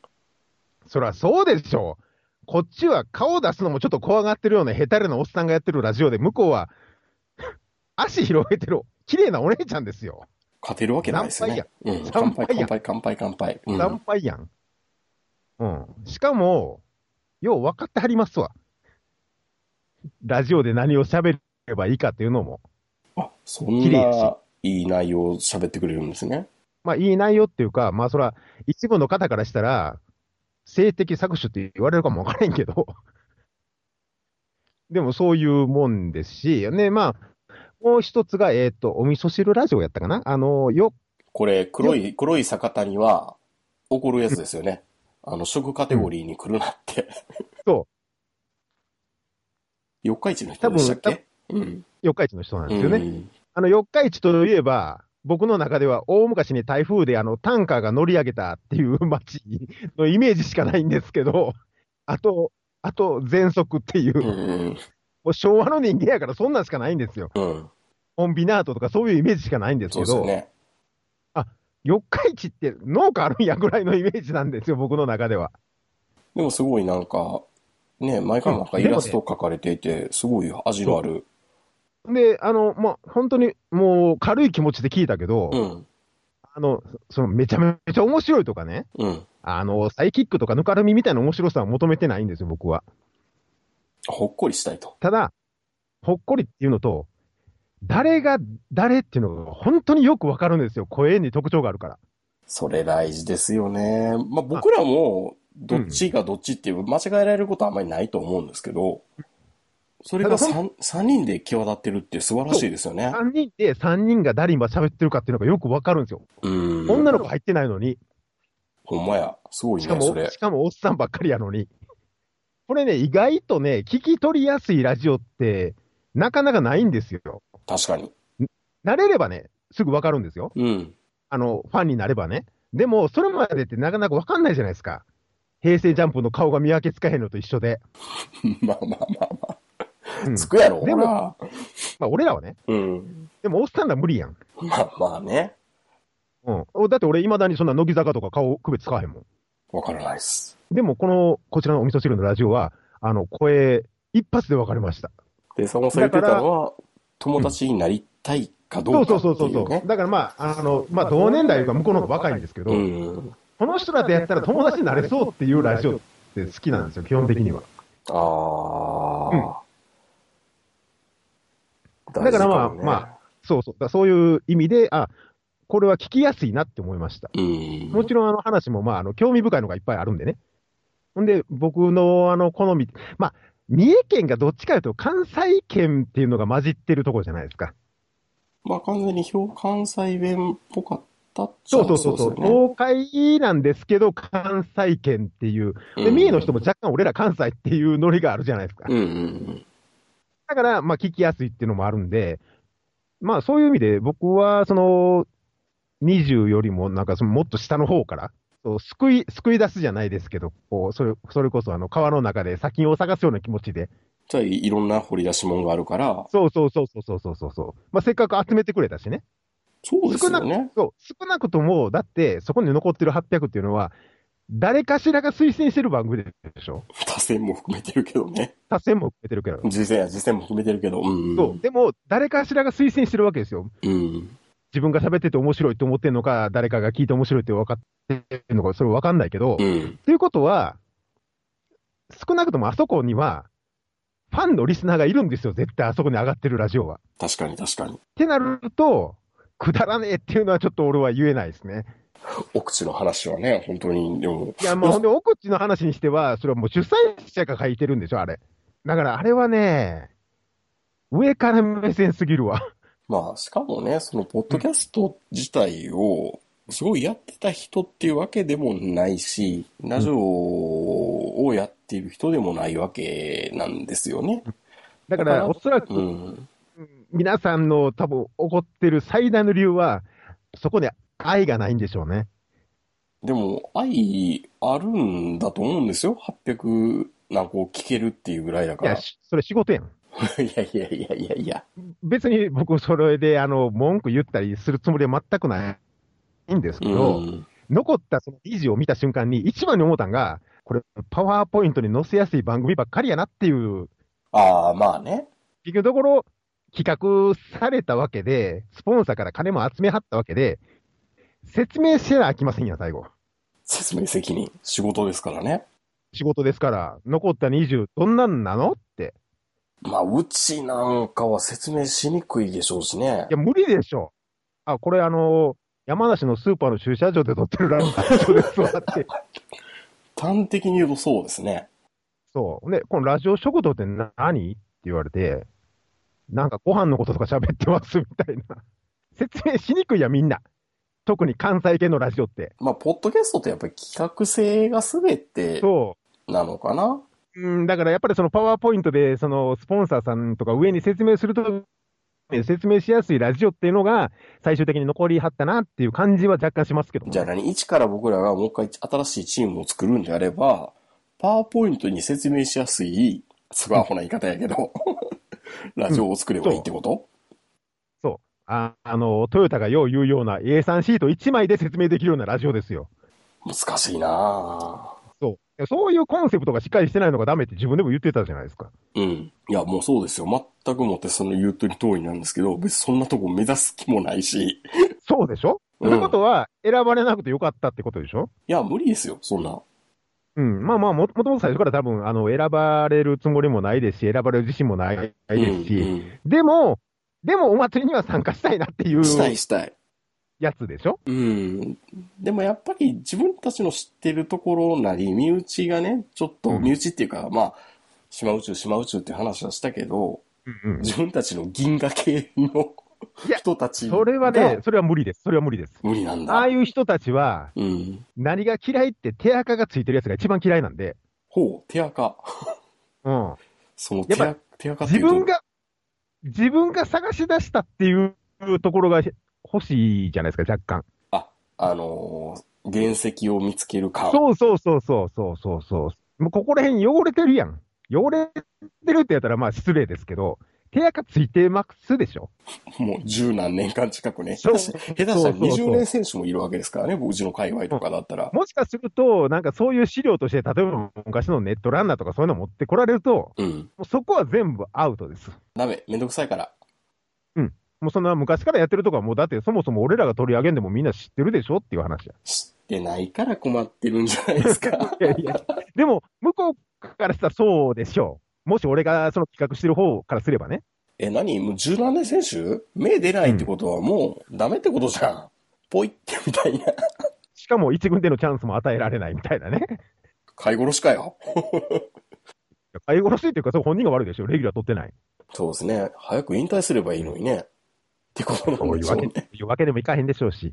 そりゃそうでしょう。こっちは顔出すのもちょっと怖がってるようなヘタレなおっさんがやってるラジオで、向こうは 足広げてる綺麗なお姉ちゃんですよ。
勝てるわけないですよね。うん。乾
乾
杯、
杯
乾
や
杯、乾杯、乾杯。うん
乾杯やん。うん。しかも、よう分かってはりますわ。ラジオで何を喋ればいいかっていうのも。
あ、そん
綺麗や
な、いい内容を喋ってくれるんですね。
まあ、いい内容っていうか、まあ、そら、一部の方からしたら、性的搾取って言われるかもわからへんけど、 でもそういうもんですし、ね、まあ、もう一つが、えっ、と、お味噌汁ラジオやったかなあの、よ、
これ、黒い、黒い坂谷は、怒るやつですよね。あの、食カテゴリーに来るなって。 。
そう
四日市の人でしたっけうん。
四日市の人なんですよ
う
ね。
ん
あの、四日市といえば、僕の中では大昔に台風であの、タンカーが乗り上げたっていう街のイメージしかないんですけど、あと、あと、喘息っていう、
う
も
ん。
う昭和の人間やからそんなんしかないんですよ。
うん。
コンビナートとかそういうイメージしかないんです
そうで
け
すよ
ど、
ね。
四日市って農家あるんやぐらいのイメージなんですよ、僕の中では。
でもすごいなんか、ね、毎回なんかイラスト描かれていて、すごい味のある。
で、あの、まあ、本当にもう軽い気持ちで聞いたけど、
うん。
あの、そのめちゃめちゃ面白いとかね、
うん。
あの、サイキックとかぬかるみみたいな面白さは求めてないんですよ、僕は。
ほっこりしたいと。
ただ、ほっこりっていうのと、誰が誰っていうのが本当によくわかるんですよ。声に特徴があるから。
それ大事ですよね。まあ僕らも、どっちがどっちっていう、間違えられることはあんまりないと思うんですけど、それが
ただ
3, 三人で際立ってるって素晴らしいですよね。
3人で3人が誰に今喋ってるかっていうのがよくわかるんですよ。
うん。
女の子入ってないのに、
ほんまや。すごい
しか
ね、そ
も、
れ
し。かもおっさんばっかりやのに。これね、意外とね、聞き取りやすいラジオって、なかなかないんですよ。
確かに。
慣れればね、すぐわかるんですよ。
うん。
あの、ファンになればね。でも、それまでってなかなかわかんないじゃないですか。平成ジャンプの顔が見分けつかへんのと一緒で。
まあまあまあま
うん
あ。つくやろ、ほ
でも
ら。
まあ、俺らはね。
うん。
でも、おっさんら無理やん。
まあまあね。
うんお。だって俺、いまだにそんな乃木坂とか顔区別使わへんもん。
わからないです。
でも、この、こちらのお味噌汁のラジオは、あの、声、一発で分かりました。
で、そもそも言ってたのは、友達になりたいかど
そううそ
か
う
って
そうそ。
いううね。
だからまあ、あの、まあ、同年代が向こうの方が若いんですけど、
うん。
この人らでやったら友達になれそうっていうラジオって好きなんですよ、基本的には。
ああ。
だからまあま
あ。
そうそう。だからそういう意味で、あ、これは聞きやすいなって思いました。
うん。
もちろんあの話も、まあ、あの、興味深いのがいっぱいあるんでね。ほんで、僕のあの、好み、まあ、三重県がどっちかというと関西圏っていうのが混じってるところじゃないですか。
まあ完全に表関西弁っぽかったっちゃ
そうそうそうそう、
ですよね
東海なんですけど、関西圏っていう。で、
うん
三重の人も若干俺ら関西っていうノリがあるじゃないですか。
うんうん
だから、まあ、聞きやすいっていうのもあるんで、まあ、そういう意味で僕は、その、20よりも、なんか、そのもっと下の方から、そう救い、救い出すじゃないですけど、こう、それ、それこそ、あの、川の中で砂金を探すような気持ちで、
じゃあいろんな掘り出し物があるから、
そうそうそうそうそうそうそうそう、まあ、せっかく集めてくれたしね。
そうですよね。
そう、少なくとも、だって、そこに残ってる800っていうのは、誰かしらが推薦してる番組でしょ
他線も含めてるけどね。
他線も含めてるけど。
次戦や次戦も含めてるけど、うん。
そう。でも、誰かしらが推薦してるわけですよ。
うん。
自分が喋ってて面白いと思ってるのか、誰かが聞いて面白いって分かってるのか、それ分かんないけど、
う
っ
ん。
ていうことは、少なくともあそこには、ファンのリスナーがいるんですよ、絶対あそこに上がってるラジオは。っ
確かに確かに。
てなると、くだらねえっていうのはちょっと俺は言えないですね。
お口の話はね、本当に、でも、
いや、も
よし
うほんで、奥地の話にしては、それはもう主催者が書いてるんでしょ、あれ。だからあれはね、上から目線すぎるわ。
まあ、しかもね、その、ポッドキャスト自体を、すごいやってた人っていうわけでもないし、ラジオをやっている人でもないわけなんですよね。
だ
だか
か
ら
ら、おそらく
うん。
皆さんの多分怒ってる最大の理由は、そこに愛がないんでしょうね。
でも、愛あるんだと思うんですよ。800なんかを聞けるっていうぐらいだ
い
から。
や、
い
しそれ仕事やん。
やいやいやいやいや。
別に僕、それで、あの、文句言ったりするつもりは全くないんですけ
う
ど、
ん。
残ったその記事を見た瞬間に一番に思ったんが、これ、パワーポイントに載せやすい番組ばっかりやなっていう、
ああ、まあね。
結局のところ、企画されたわけで、スポンサーから金も集めはったわけで、説明せなあきませんや、最後。
説明責任。仕事ですからね。
仕事ですから、残った20、どんなんなのって。
まあ、うちなんかは説明しにくいでしょうしね
い。や、無理でしょ。あ、これあの山梨のスーパーの駐車場で撮ってる ラジオですわって。
端的に言うとそうですね。
そう。ね、このラジオ食堂って何って言われて、なんかご飯のこととか喋ってますみたいな。説明しにくいや、みんな。特に関西系のラジオって。
まあ、ポッドキャストってやっぱり企画性が全て
そ
なのかな
う。うん、だからやっぱりそのパワーポイントで、そのスポンサーさんとか上に説明すると説明しやすいラジオっていうのが、最終的に残りはったなっていう感じは若干しますけど、ね。
じゃあ何一から僕らがもう一回新しいチームを作るんであれば、パワーポイントに説明しやすい、すごいアホな言い方やけ ど、ラジオを作ればいいってこと、
ああの、トヨタがよう言うような A3 シート1枚で説明できるようなラジオですよ。
難しいな
そう。そういうコンセプトがしっかりしてないのがダメって自分でも言ってたじゃないですか。
ぁうん。いや、もうそうですよ。全くもってその言うとり通りなんですけど、別にそんなとこ目指す気もないし、い
そうでしょ、
うん
ってことは、選ばれなくてよかったってことでしょ
や、無理ですよ、そんな。
うん。まあまあも、もともと最初から多分、あの、選ばれるつもりもないですし、選ばれる自身もないないですし、
うん
でも、でもお祭りには参加したいなっていう
うんしたいしたい。
やつでしょ
うん。でもやっぱり自分たちの知ってるところなり、身内がね、ちょっと、
うん
身内っていうか、まあ、島宇宙、島宇宙って話はしたけど、
うんうん。
自分たちの銀河系の
いや
人たちが
それはね、それは無理です。それは無理です。
無理なん
ああ
だ。
いう人たちは、
うん。
何が嫌いって手垢がついてるやつが一番嫌いなんで、
ほう、手垢。
うん。
その
や
手
っぱ
垢、手垢ってい
自
うと
分が、自分が探し出したっていうところが欲しいじゃないですか、若干。
あのー原石を見つける感。
そうそうそうそうそうそうそう。もうここら辺汚れてるやん。汚れてるってやったらまあ失礼ですけど、手垢ついてますでし ょ
もう十何年間近くね。
そう
下手したら20年選手もいるわけですからね、僕うちの界隈とかだったら。
もしかすると、なんかそういう資料として、例えば昔のネットランナーとかそういうの持ってこられると、
うん。
もうそこは全部アウトです。
ダメ、めんどくさいから。
もうそんな昔からやってるとか、もうだってそもそも俺らが取り上げんでもみんな知ってるでしょっていう話や。
知ってないから困ってるんじゃないですか。
いやいや、でも、向こうからしたらそうでしょう。もし俺がその企画してる方からすればね。
え、何もう十何年選手目出ないってことはもうダメってことじゃん。ポイってみたいな。
しかも一軍でのチャンスも与えられないみたいなね。
買い殺しかよ。
買い殺しっていうか、そう本人が悪いでしょ。レギュラー取ってない。
そうですね。早く引退すればいいのにね。ってことな
そ
ん
う
で
いう
しょ
わ
う
け
ね。
いうわけでもいかへんでしょうし。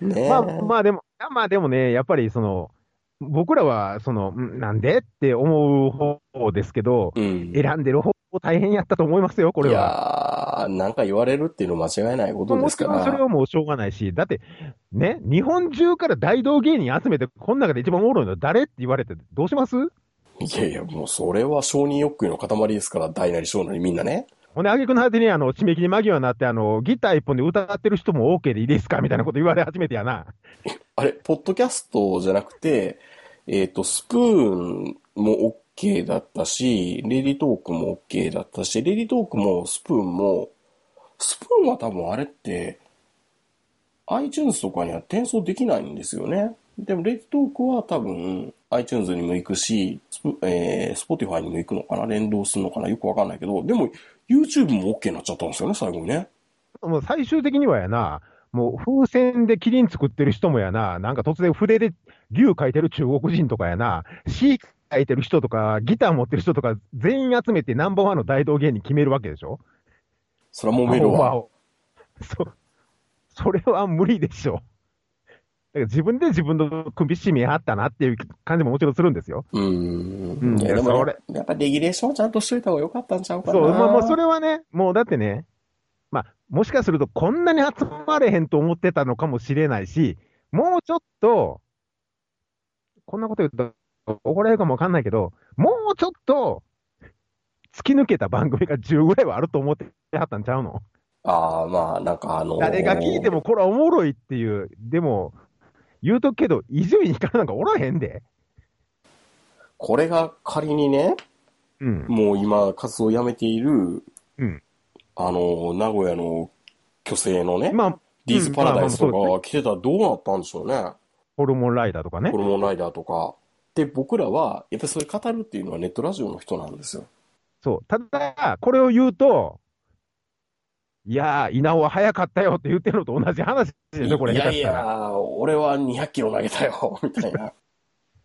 ねえ
まあまあでも、まあでもね、やっぱりその、僕らは、その、んなんでって思う方ですけど、
うん。
選んでる方も大変やったと思いますよ、これは。
いやー、なんか言われるっていうの間違いないこと
も
で
ち
すか
ろんそれ
ら。
はもうしょうがないし、だって、ね、日本中から大道芸人集めて、この中で一番おもろいの誰って言われて、どうします
いやいや、もうそれは承認欲求の塊ですから、大なり小なりみんなね。
ほんで、挙句の果てに、あの、締め切り間際になって、あの、ギター一本で歌ってる人も OK でいいですかみたいなこと言われ始めてやな。
あれ、ポッドキャストじゃなくて、えっ、と、スプーンも OK だったし、レディトークも OK だったし、レディトークもスプーンも、スプーンは多分あれって、iTunes とかには転送できないんですよね。でも、レディトークは多分 iTunes にも行くし、スプえー、Spotify にも行くのかな連動するのかなよくわかんないけど、でも YouTube も OK になっちゃったんですよね、最後にね。
もう最終的にはやな、もう風船でキリン作ってる人もやな、なんか突然筆で竜描いてる中国人とかやな、C 描いてる人とか、ギター持ってる人とか、全員集めてナンバーワンの大道芸人決めるわけでしょ
それは揉める
オファー
わ。
をそ、それは無理でしょ。だから自分で自分の首絞めはったなっていう感じももちろんするんですよ。
うー
うん
ん。いや、でも
そ
や
れ
やっぱレギュレーションちゃんとしといた方が良かったんちゃうかな。
そう、まあまあ、それはね、もうだってね、まあ、もしかするとこんなに集まれへんと思ってたのかもしれないし、もうちょっと、こんなこと言うと怒られるかもわかんないけど、もうちょっと、突き抜けた番組が10ぐらいはあると思ってはったんちゃうの
ああ、まあ、なんかあのー
誰が聞いてもこれはおもろいっていう、でも、言うとくけど、伊集院光なんかおらへんで。
これが仮にね、
うん。
もう今、活動をやめている、
うん
あのー名古屋の虚勢のね、
まあ、
ディーズパラダイスと
うんまあまあ
か来てたらどうなったんでしょうね。
ホルモンライダーとかね
ホ。ルモンライダーとか。で、僕らは、やっぱりそれ語るっていうのはネットラジオの人なんですよ。
そう。ただ、これを言うと、いやー、稲尾は早かったよって言ってるのと同じ話でしょ、これ。
いやい
下手したら
や、俺は200キロ投げたよ、みたい な。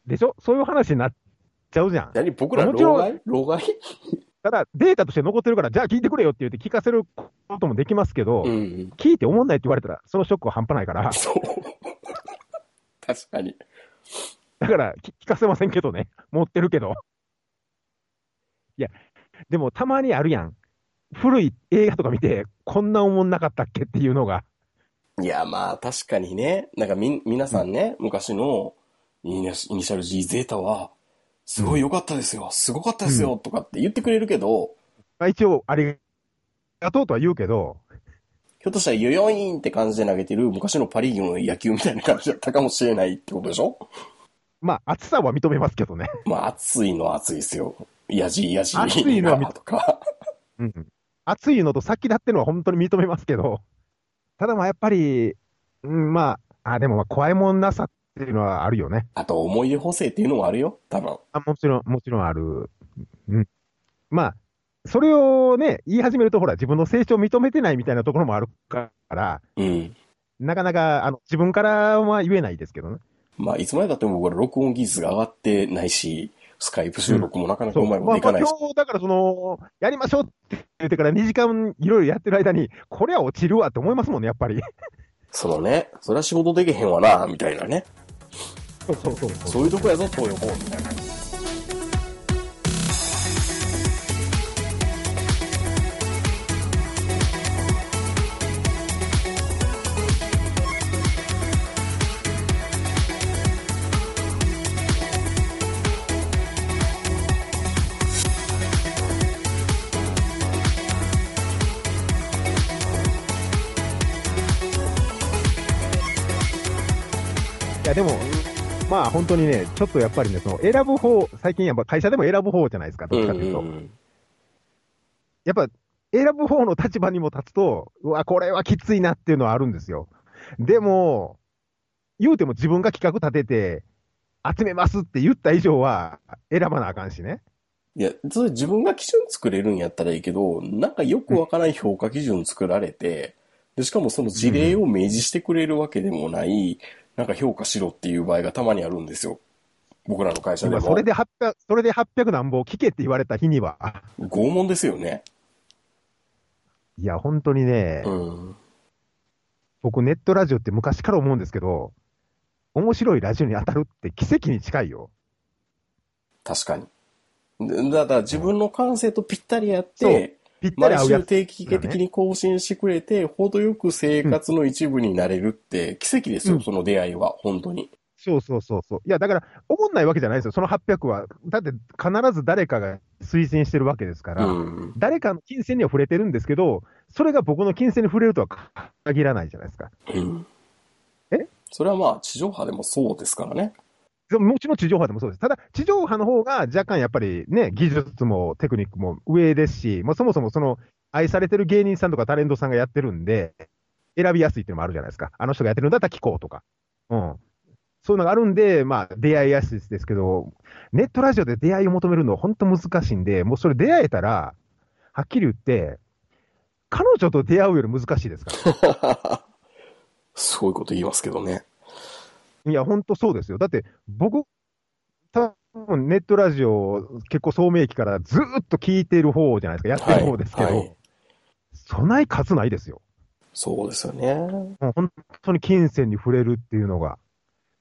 でしょそういう話になっちゃうじゃん。
何僕ら、
もちろ
老
ん
害老害
ただ、データとして残ってるから、じゃあ聞いてくれよって言って聞かせることもできますけど、
うん。
聞いて思んないって言われたら、そのショックは半端ないから、
そう。 確かに。
だからき聞かせませんけどね、持ってるけど。いや、でもたまにあるやん。古い映画とか見て、こんな思んなかったっけっていうのが、
いや、まあ確かにね、なんかみ、皆さんね、昔のイニシイニシャル G ゼータは、すごい良かったですよ、すごかったですよ、とかって言ってくれるけど、
まあ、一応、ありがとうとは言うけど、
ひょっとしたらヨヨインって感じで投げてる昔のパリーグの野球みたいな感じだったかもしれないってことでしょ
まあ、暑さは認めますけどね。
まあ暑いのは暑いですよ。やじやじ
暑いのは見
とか。
うん。暑いのと先だってのは本当に認めますけど、ただまあやっぱり、うん、まあ、あ、でもまあ怖いもんなさっていうのはあるよね。
あと思い出補正っていうのもあるよ、多分。
あ、もちろん、もちろんある。うん。まあ、それをね、言い始めるとほら、自分の成長を認めてないみたいなところもあるから、
うん。
なかなか、あの、自分からは言えないですけどね。
まあいつまでだっても僕ら録音技術が上がってないし、スカイプ収録もなかなか
そうう。
まいこ
ま
と
あ、
いか
ま
な
あ
いし。
今日、だからその、やりましょうって言ってから2時間いろいろやってる間に、これは落ちるわって思いますもんね、やっぱり。
そのね、それは仕事できへんわな、みたいなね。
そうそうそうそう
そういうとこやぞ、東横。みたいな。
いや、でも、まあ本当にね、ちょっとやっぱりね、その選ぶ方、最近やっぱ会社でも選ぶ方じゃないですか、どっちかというと。
ん。
やっぱ選ぶ方の立場にも立つと、うわ、これはきついなっていうのはあるんですよ。でも、言うても自分が企画立てて、集めますって言った以上は、選ばなあかんしね。
いや、それ自分が基準作れるんやったらいいけど、なんかよくわからない評価基準作られて、で、しかもその事例を明示してくれるわけでもない、なんか評価しろっていう場合がたまにあるんですよ。僕らの会社で
今
も。
それで800、それで800何本聞けって言われた日には、
拷問ですよね。
いや、本当にね、
うん。
僕ネットラジオって昔から思うんですけど、面白いラジオに当たるって奇跡に近いよ。
確かに。でだから自分の感性とぴったりやっ
そう
て、
ぴったり
毎
合うや
週
つ。
定期的に更新してくれて、程よく生活の一部になれるって奇跡ですよ、
うん
その出会いは、本当に。
そうそうそうそう。いや、だから、思んないわけじゃないですよ、その800は。だって、必ず誰かが推薦してるわけですか
う
ら、
ん。
誰かの金銭には触れてるんですけど、それが僕の金銭に触れるとは限らないじゃないですか。
うん。
え
それはまあ、地上波でもそうですからね。
でももちろん地上波でもそうです。ただ、地上波の方が若干やっぱりね、技術もテクニックも上ですし、もうそもそもその、愛されてる芸人さんとかタレントさんがやってるんで、選びやすいっていうのもあるじゃないですか。あの人がやってるんだったら聞こうとか。うん。そういうのがあるんで、まあ、出会いやすいですけど、ネットラジオで出会いを求めるのは本当難しいんで、もうそれ出会えたら、はっきり言って、彼女と出会うより難しいですから。
すごいこと言いますけどね。
いや、本当そうですよ。だって、僕、多分ネットラジオ、結構、聡明期からずーっと聞いてる方じゃないですか、やってる方ですけど、
はい。
備え数ないですよ。
そうですよね。
もう本当に金銭に触れるっていうのが。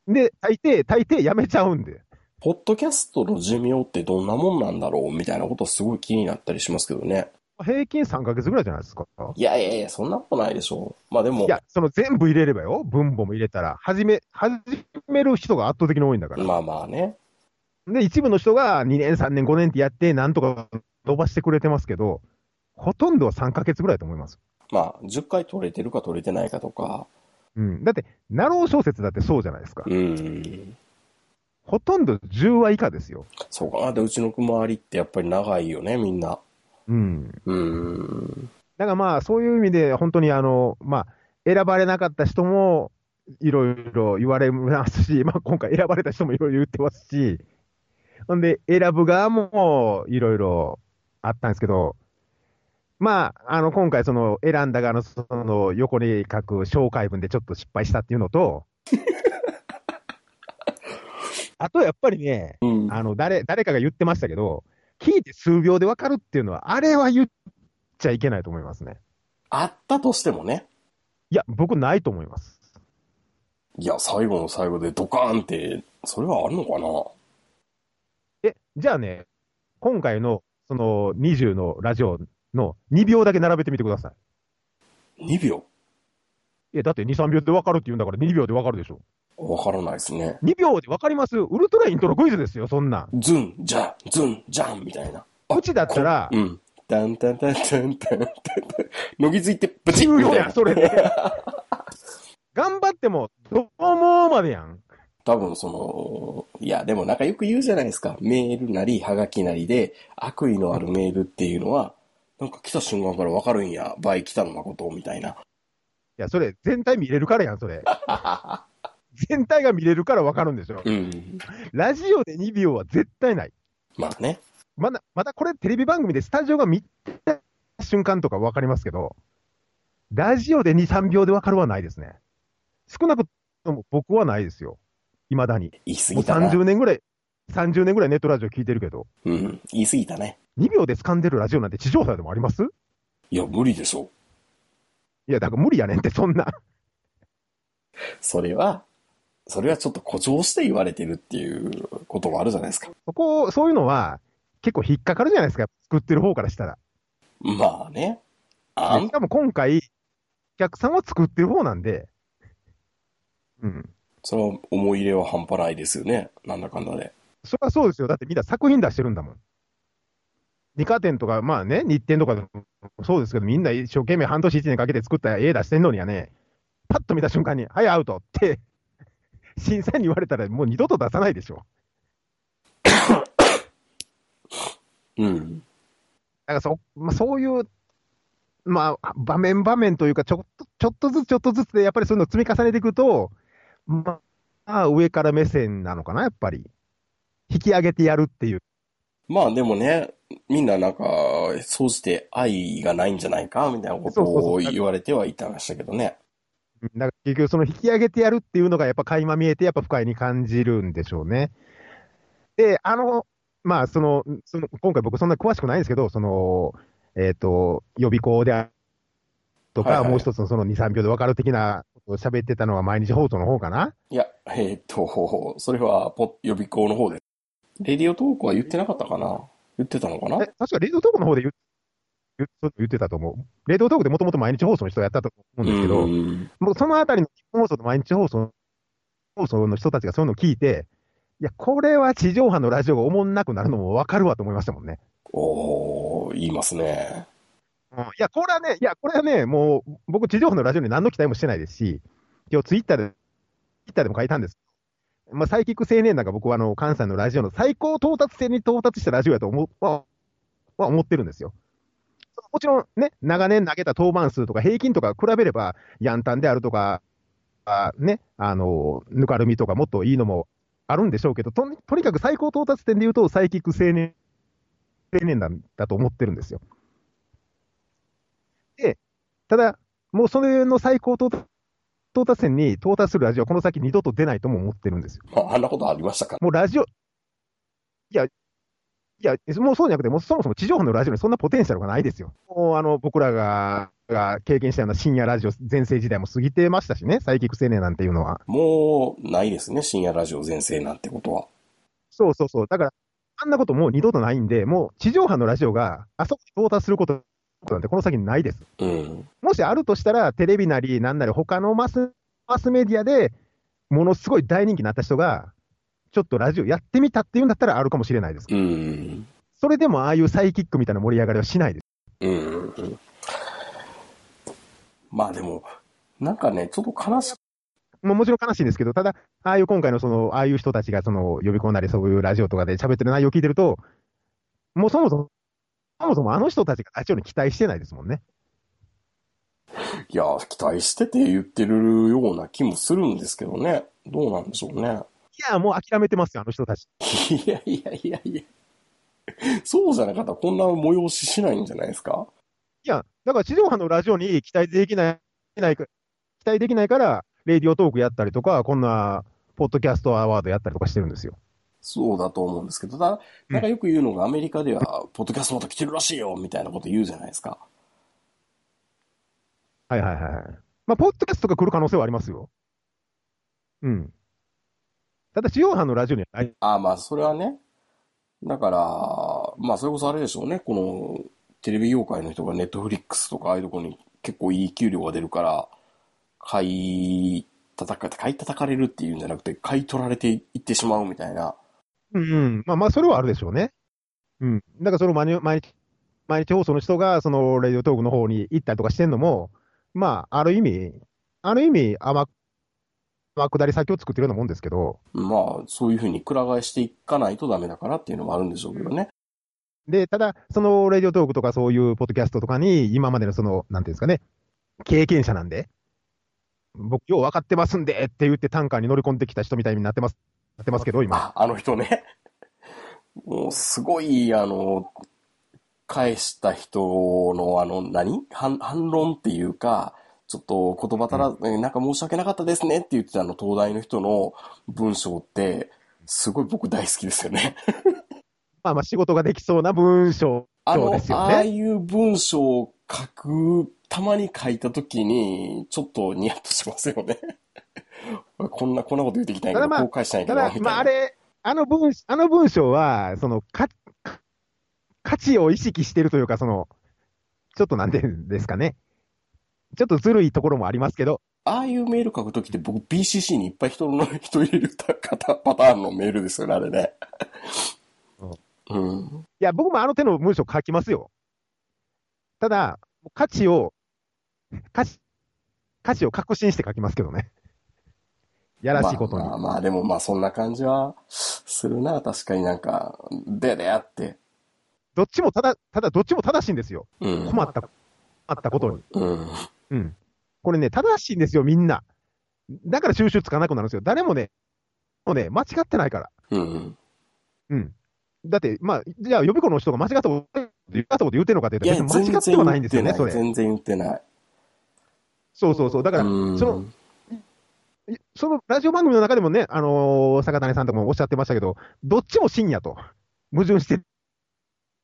で、大抵、大抵やめちゃうんで。
ポッドキャストの寿命ってどんなもんなんだろうみたいなことすごい気になったりしますけどね。
平均3ヶ月ぐらいじゃないですか。
いやいやいや、そんなことないでしょう。まあでも
い、や、その全部入れればよ、分母も入れたら、始め、始める人が圧倒的に多いんだから。
まあまあね。
で、一部の人が2年、3年、5年ってやって、なんとか伸ばしてくれてますけど、ほとんどは3ヶ月ぐらいだと思います。
まあ、10回取れてるか取れてないかとか。
うん、だって、ナロー小説だってそうじゃないですか。
うん。
ほとんど10話以下ですよ。
そうかな。で、うちの周りってやっぱり長いよね、みんな。
うん。
うん。
だからまあ、そういう意味で、本当にあの、まあ、選ばれなかった人も、いろいろ言われますし、 まあ、今回選ばれた人もいろいろ言ってますし、ほんで、選ぶ側もいろいろあったんですけど、まあ、あの、今回、その、選んだ側の、その、横に書く紹介文でちょっと失敗したっていうのと、あと、やっぱりね、
うん。
あの誰誰かが言ってましたけど、聞いて数秒で分かるっていうのは、あれは言っちゃいけないと思いますね。
あったとしてもね。
いや、僕、ないと思います。
いや、最後の最後でドカーンって、それはあるのかな
え、じゃあね、今回のその20のラジオの2秒だけ並べてみてください。
2秒
いや、だって2、3秒で分かるって言うんだから2秒で分かるでしょ。
わからないですね。
2秒で分かりますウルトライントロクイズですよ、そんなん。
ズン、ジャン、ズン、ジャンみたいな。
うちだったら、
うん。タンタンタンタンタンタンタン。のぎついて、プチ
終
み
了
たい
やん、
な。
それで。 頑張っても、どうもまでやん。
多分その、いや、でもなんかよく言うじゃないですか。メールなり、はがきなりで、悪意のあるメールっていうのは、なんか来た瞬間からわかるんや。倍来たの誠みたいな。
いや、それ、全体見れるからやん、それ。全体が見れるから分かるんでしょ。
うん。
ラジオで2秒は絶対ない。
まあね。
まだ、まだこれテレビ番組でスタジオが見た瞬間とか分かりますけど、ラジオで2、3秒で分かるはないですね。少なくとも僕はないですよ。未だに。
言い過
も
ぎ
う
たな。
30年ぐらい、30年ぐらいネットラジオ聞いてるけど、
うん。言い過ぎたね。
2秒で掴んでるラジオなんて地上波でもあります
いや、無理でしょ。
いや、だから無理やねんって、そんな。
それは、それはちょっと誇張して言われてるっていうこともあるじゃないですか。
そこ、そういうのは、結構引っかかるじゃないですか。作ってる方からしたら。
まあね。あ
で
ん
しかも今回、お客さんは作ってる方なんで、うん。
その思い入れは半端ないですよね。なんだかんだで。
それはそうですよ。だってみんな作品出してるんだもん。二課店とか、まあね、日展とかでもそうですけど、みんな一生懸命半年一年かけて作った絵出してんのにはね、パッと見た瞬間に、はい、アウトって、 審査員に言われたらもう二度と出さないでしょ。
うん。
だからそ,、まあ、そういう、まあ、場面場面というかちょっと、ちょっとずつちょっとずつで、やっぱりそういうのを積み重ねていくと、まあ、上から目線なのかな、やっぱり。引き上げてやるっていう。
まあでもね、みんななんか、そうして愛がないんじゃないかみたいなこと
そうそう
を
そう
言われてはいたんでしたけどね。
だから結局、その引き上げてやるっていうのが、やっぱ垣間見えて、やっぱ不快に感じるんでしょうね。で、あの、まあ、その、その今回僕そんな詳しくないんですけど、その、えっ、と、予備校であとか、
はいはい
もう一つのその2、3秒で分かる的なことを喋ってたのは毎日放送の方かない
や、えーっと、それはポ予備校の方で。レディオトークは言ってなかったかな言ってたのかな
え、確かレイドトークの方で言う言うそう言ってたと思う。レイドトークでもともと毎日放送の人がやったと思うんですけど、
うん
もうそのあたりの日本放送と毎日放送放送の人たちがそういうのを聞いて、いや、これは地上波のラジオがおもんなくなるのもわかるわと思いましたもんね。
おー、言いますね。
うん、いや、これはね、いや、これはね、もう僕、地上波のラジオに何の期待もしてないですし、今日ツイッターで、ツイッターでも書いたんです。まあ、サイキック青年団が僕はあの関西のラジオの最高到達点に到達したラジオやと思う、は、は思ってるんですよ。もちろんね、長年投げた登板数とか平均とか比べれば、ヤンタンであるとか、あね、あの、ぬかるみとかもっといいのもあるんでしょうけど、とにとにかく最高到達点で言うと、サイキック青年、青年団だと思ってるんですよ。で、ただ、もうそれの最高到達到達点に到達するラジオはこの先二度と出ないとも思ってるんですよ。
まあ、あんなことありましたか
もうラジオ、いや、いや、もうそうじゃなくて、もうそもそも地上波のラジオにそんなポテンシャルがないですよ。もうあの僕らがが経験したような深夜ラジオ全盛時代も過ぎてましたしね、サイキック青年なんていうのは。
もう、ないですね。深夜ラジオ全盛なんてことは。
そうそうそう。だから、あんなこともう二度とないんで、もう地上波のラジオがあそこに到達することなんてこの先ないです。
うん。
もしあるとしたら、テレビなり、なんなり、他のマスマスメディアでものすごい大人気になった人が、ちょっとラジオやってみたっていうんだったらあるかもしれないです。
うん。
それでもああいうサイキックみたいな盛り上がりはしないです。
うんうんまあでも、なんかね、ちょっと悲しく、
もうもちろん悲しいんですけど、ただ、ああいう今回のその、ああいう人たちがその予備校なり、そういうラジオとかで喋ってる内容を聞いてると、もうそもそも、そもそもあの人たちがラジオに期待してないですもんね。
いや、期待してて言ってるような気もするんですけどね。どうなんでしょうね。
いや、もう諦めてますよ、あの人たち。
いやいやいやいや。そうじゃなかったらこんな催ししないんじゃないですか
いや、だから地上波のラジオに期待できない、ないか期待できないから、レディオトークやったりとか、こんな、ポッドキャストアワードやったりとかしてるんですよ。
そうだと思うんですけど、だなんかよく言うのがアメリカでは、ポッドキャストまた来てるらしいよ、みたいなこと言うじゃないですか。
はいはいはいはい。まあ、ポッドキャストが来る可能性はありますよ。うん。ただ、地上波のラジオにはない。
ああ、まあ、それはね。だから、まあ、それこそあれでしょうね。この、テレビ業界の人がネットフリックスとかああいうとこに結構いい給料が出るから、買い叩か、買い叩かれるっていうんじゃなくて、買い取られていってしまうみたいな。
うんうん。まあまあ、それはあるでしょうね。うん。だから、その毎日、毎日、毎日放送の人が、その、レディオトークの方に行ったりとかしてんのも、まあ、ある意味、ある意味、天、天下り先を作ってるようなもんですけど、
まあ、そういうふうにくら替えしていかないとダメだからっていうのもあるんでしょうけどね。
で、ただ、その、レディオトークとかそういうポッドキャストとかに、今までのその、なんていうんですかね、経験者なんで、僕、よう分かってますんでって言って、タンカーに乗り込んできた人みたいになってます、なってますけど、今。
あ、あの人ね。もう、すごい、あの、返した人の、あの、何反反論っていうか、ちょっと言葉足らず、えなんか申し訳なかったですねって言ってたあの、東大の人の文章って、すごい僕大好きですよ ね。
まあまあ、仕事ができそうな文章
あの、
ですよ
ああ
ね。
いう文章を書く、たまに書いたときに、ちょっとニヤッとしますよね。 こんな、こんなこと言ってきたんやけ
ただ
ど、
まあ
後悔したんやけ
た
ど、
だ
みた、いな。
まあ、あれ、あの文、あの文章は、その、か、価値を意識してるというか、その、ちょっとなんていうんですかね。ちょっとずるいところもありますけど、
ああいうメール書くときって僕 BCC にいっぱい人の、人入れる方、パターンのメールですよね、あれね。うん。
いや、僕もあの手の文章書きますよ。ただ、価値を、価値、価値を確信して書きますけどね。やらしいことに。
まあまあまあ、でもまあそんな感じはするな、確かになんか、でであって。
どっちもただ、ただどっちも正しいんですよ。
うん。
困った、困ったことに。
うん。
うん。これね、正しいんですよ、みんな。だから収集つかなくなるんですよ。誰もね、もうね、間違ってないから。
うん。
うん。だって、まあ、じゃあ予備校の人が間違ったこと、間違ったこと言うてるのかって
い
言
や、
ったら別に間
全
違って
然
は
言
ない
っ
んです
て
よ
な
ね、
い。
それ。
全然言ってない。
そうそうそう。だから、
うん。
そのそのラジオ番組の中でもね、あのー坂谷さんとかもおっしゃってましたけど、どっちも深夜と、矛盾して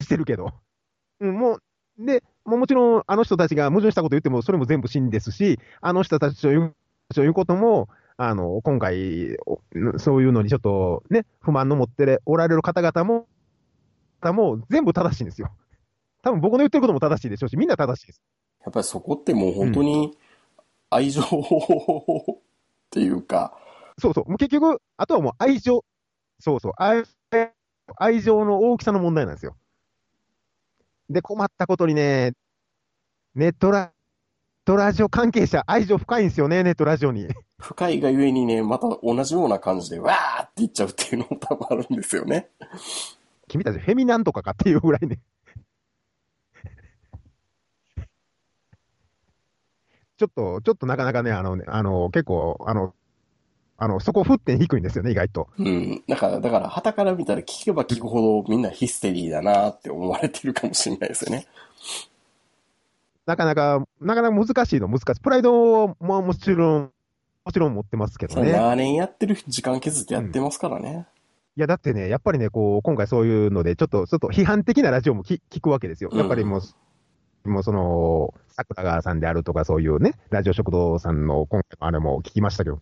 してるけど、うん、もう、で、もうもちろん、あの人たちが矛盾したこと言っても、それも全部真ですし、あの人たちの言う人たちの言うことも、あの今回、おそういうのにちょっとね、不満の持っておられる方々も、方も全部正しいんですよ。多分僕の言ってることも正しいでしょうし、みんな正しいです。
やっぱりそこってもう本当に愛情 っていうか、
そうそう。もう結局、あとはもう愛情。そうそう。愛愛情の大きさの問題なんですよ。で、困ったことにね、ネットラ、ネットラジオ関係者、愛情深いんですよね、ネットラジオに。
深いがゆえにね、また同じような感じで、わーって言っちゃうっていうのも多分あるんですよね。
君たちフェミなんとかかっていうぐらいね。 ちょっと、ちょっとなかなかね、あのね、あの、結構、あの、あの、そこ、沸点低いんですよね、意外と。
うん。だから、だから、旗から見たら聞けば聞くほどみんなヒステリーだなって思われてるかもしれないですよ ね。
なかなか、なかなか難しいの、難しい。プライドももちろん、もちろん持ってますけ
そ
ど
れ
ね。
長年やってる時間削ってやってますからね。
いや、だってね、やっぱりね、こう、今回そういうので、ちょっと、ちょっと批判的なラジオもき聞くわけですよ。
うん
やっぱりもう、もうその、桜川さんであるとか、そういうね、ラジオ食堂さんの今回のあれも聞きましたけど。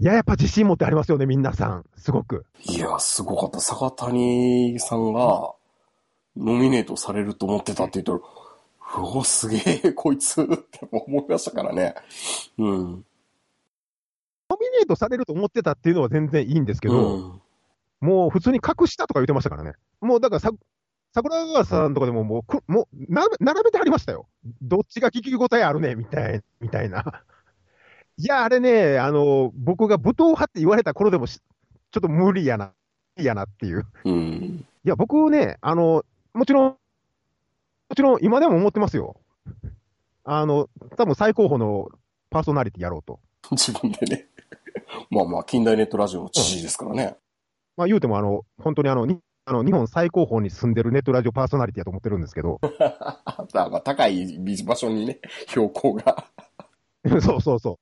いや、やっぱ自信持ってありますよね、皆さん。すごく。
いや、すごかった。坂谷さんがノミネートされると思ってたって言ったら、うお、すげえ、こいつって思いましたからね。うん。
ノミネートされると思ってたっていうのは全然いいんですけ
け
ど、もう普通に隠したとか言ってましたからね。もうだからさ、桜川さんとかでももうく、もうな、並べてありましたよ。どっちが聞き応えあるね、みたい、みたいな。 いや、あれね、あの、僕が武闘派って言われた頃でもし、ちょっと無理やな、無理やなっていう。
うん。
いや、僕ね、あの、もちろん、もちろん今でも思ってますよ。あの、多分最高峰のパーソナリティやろうと。
自分でね。 まあまあ、近代ネットラジオの知事ですからね。
まあ言うても、あの、本当にあの、にあの日本最高峰に住んでるネットラジオパーソナリティやと思ってるんですけど、
あまあまあ、高い場所にね、標高が。
そうそうそう。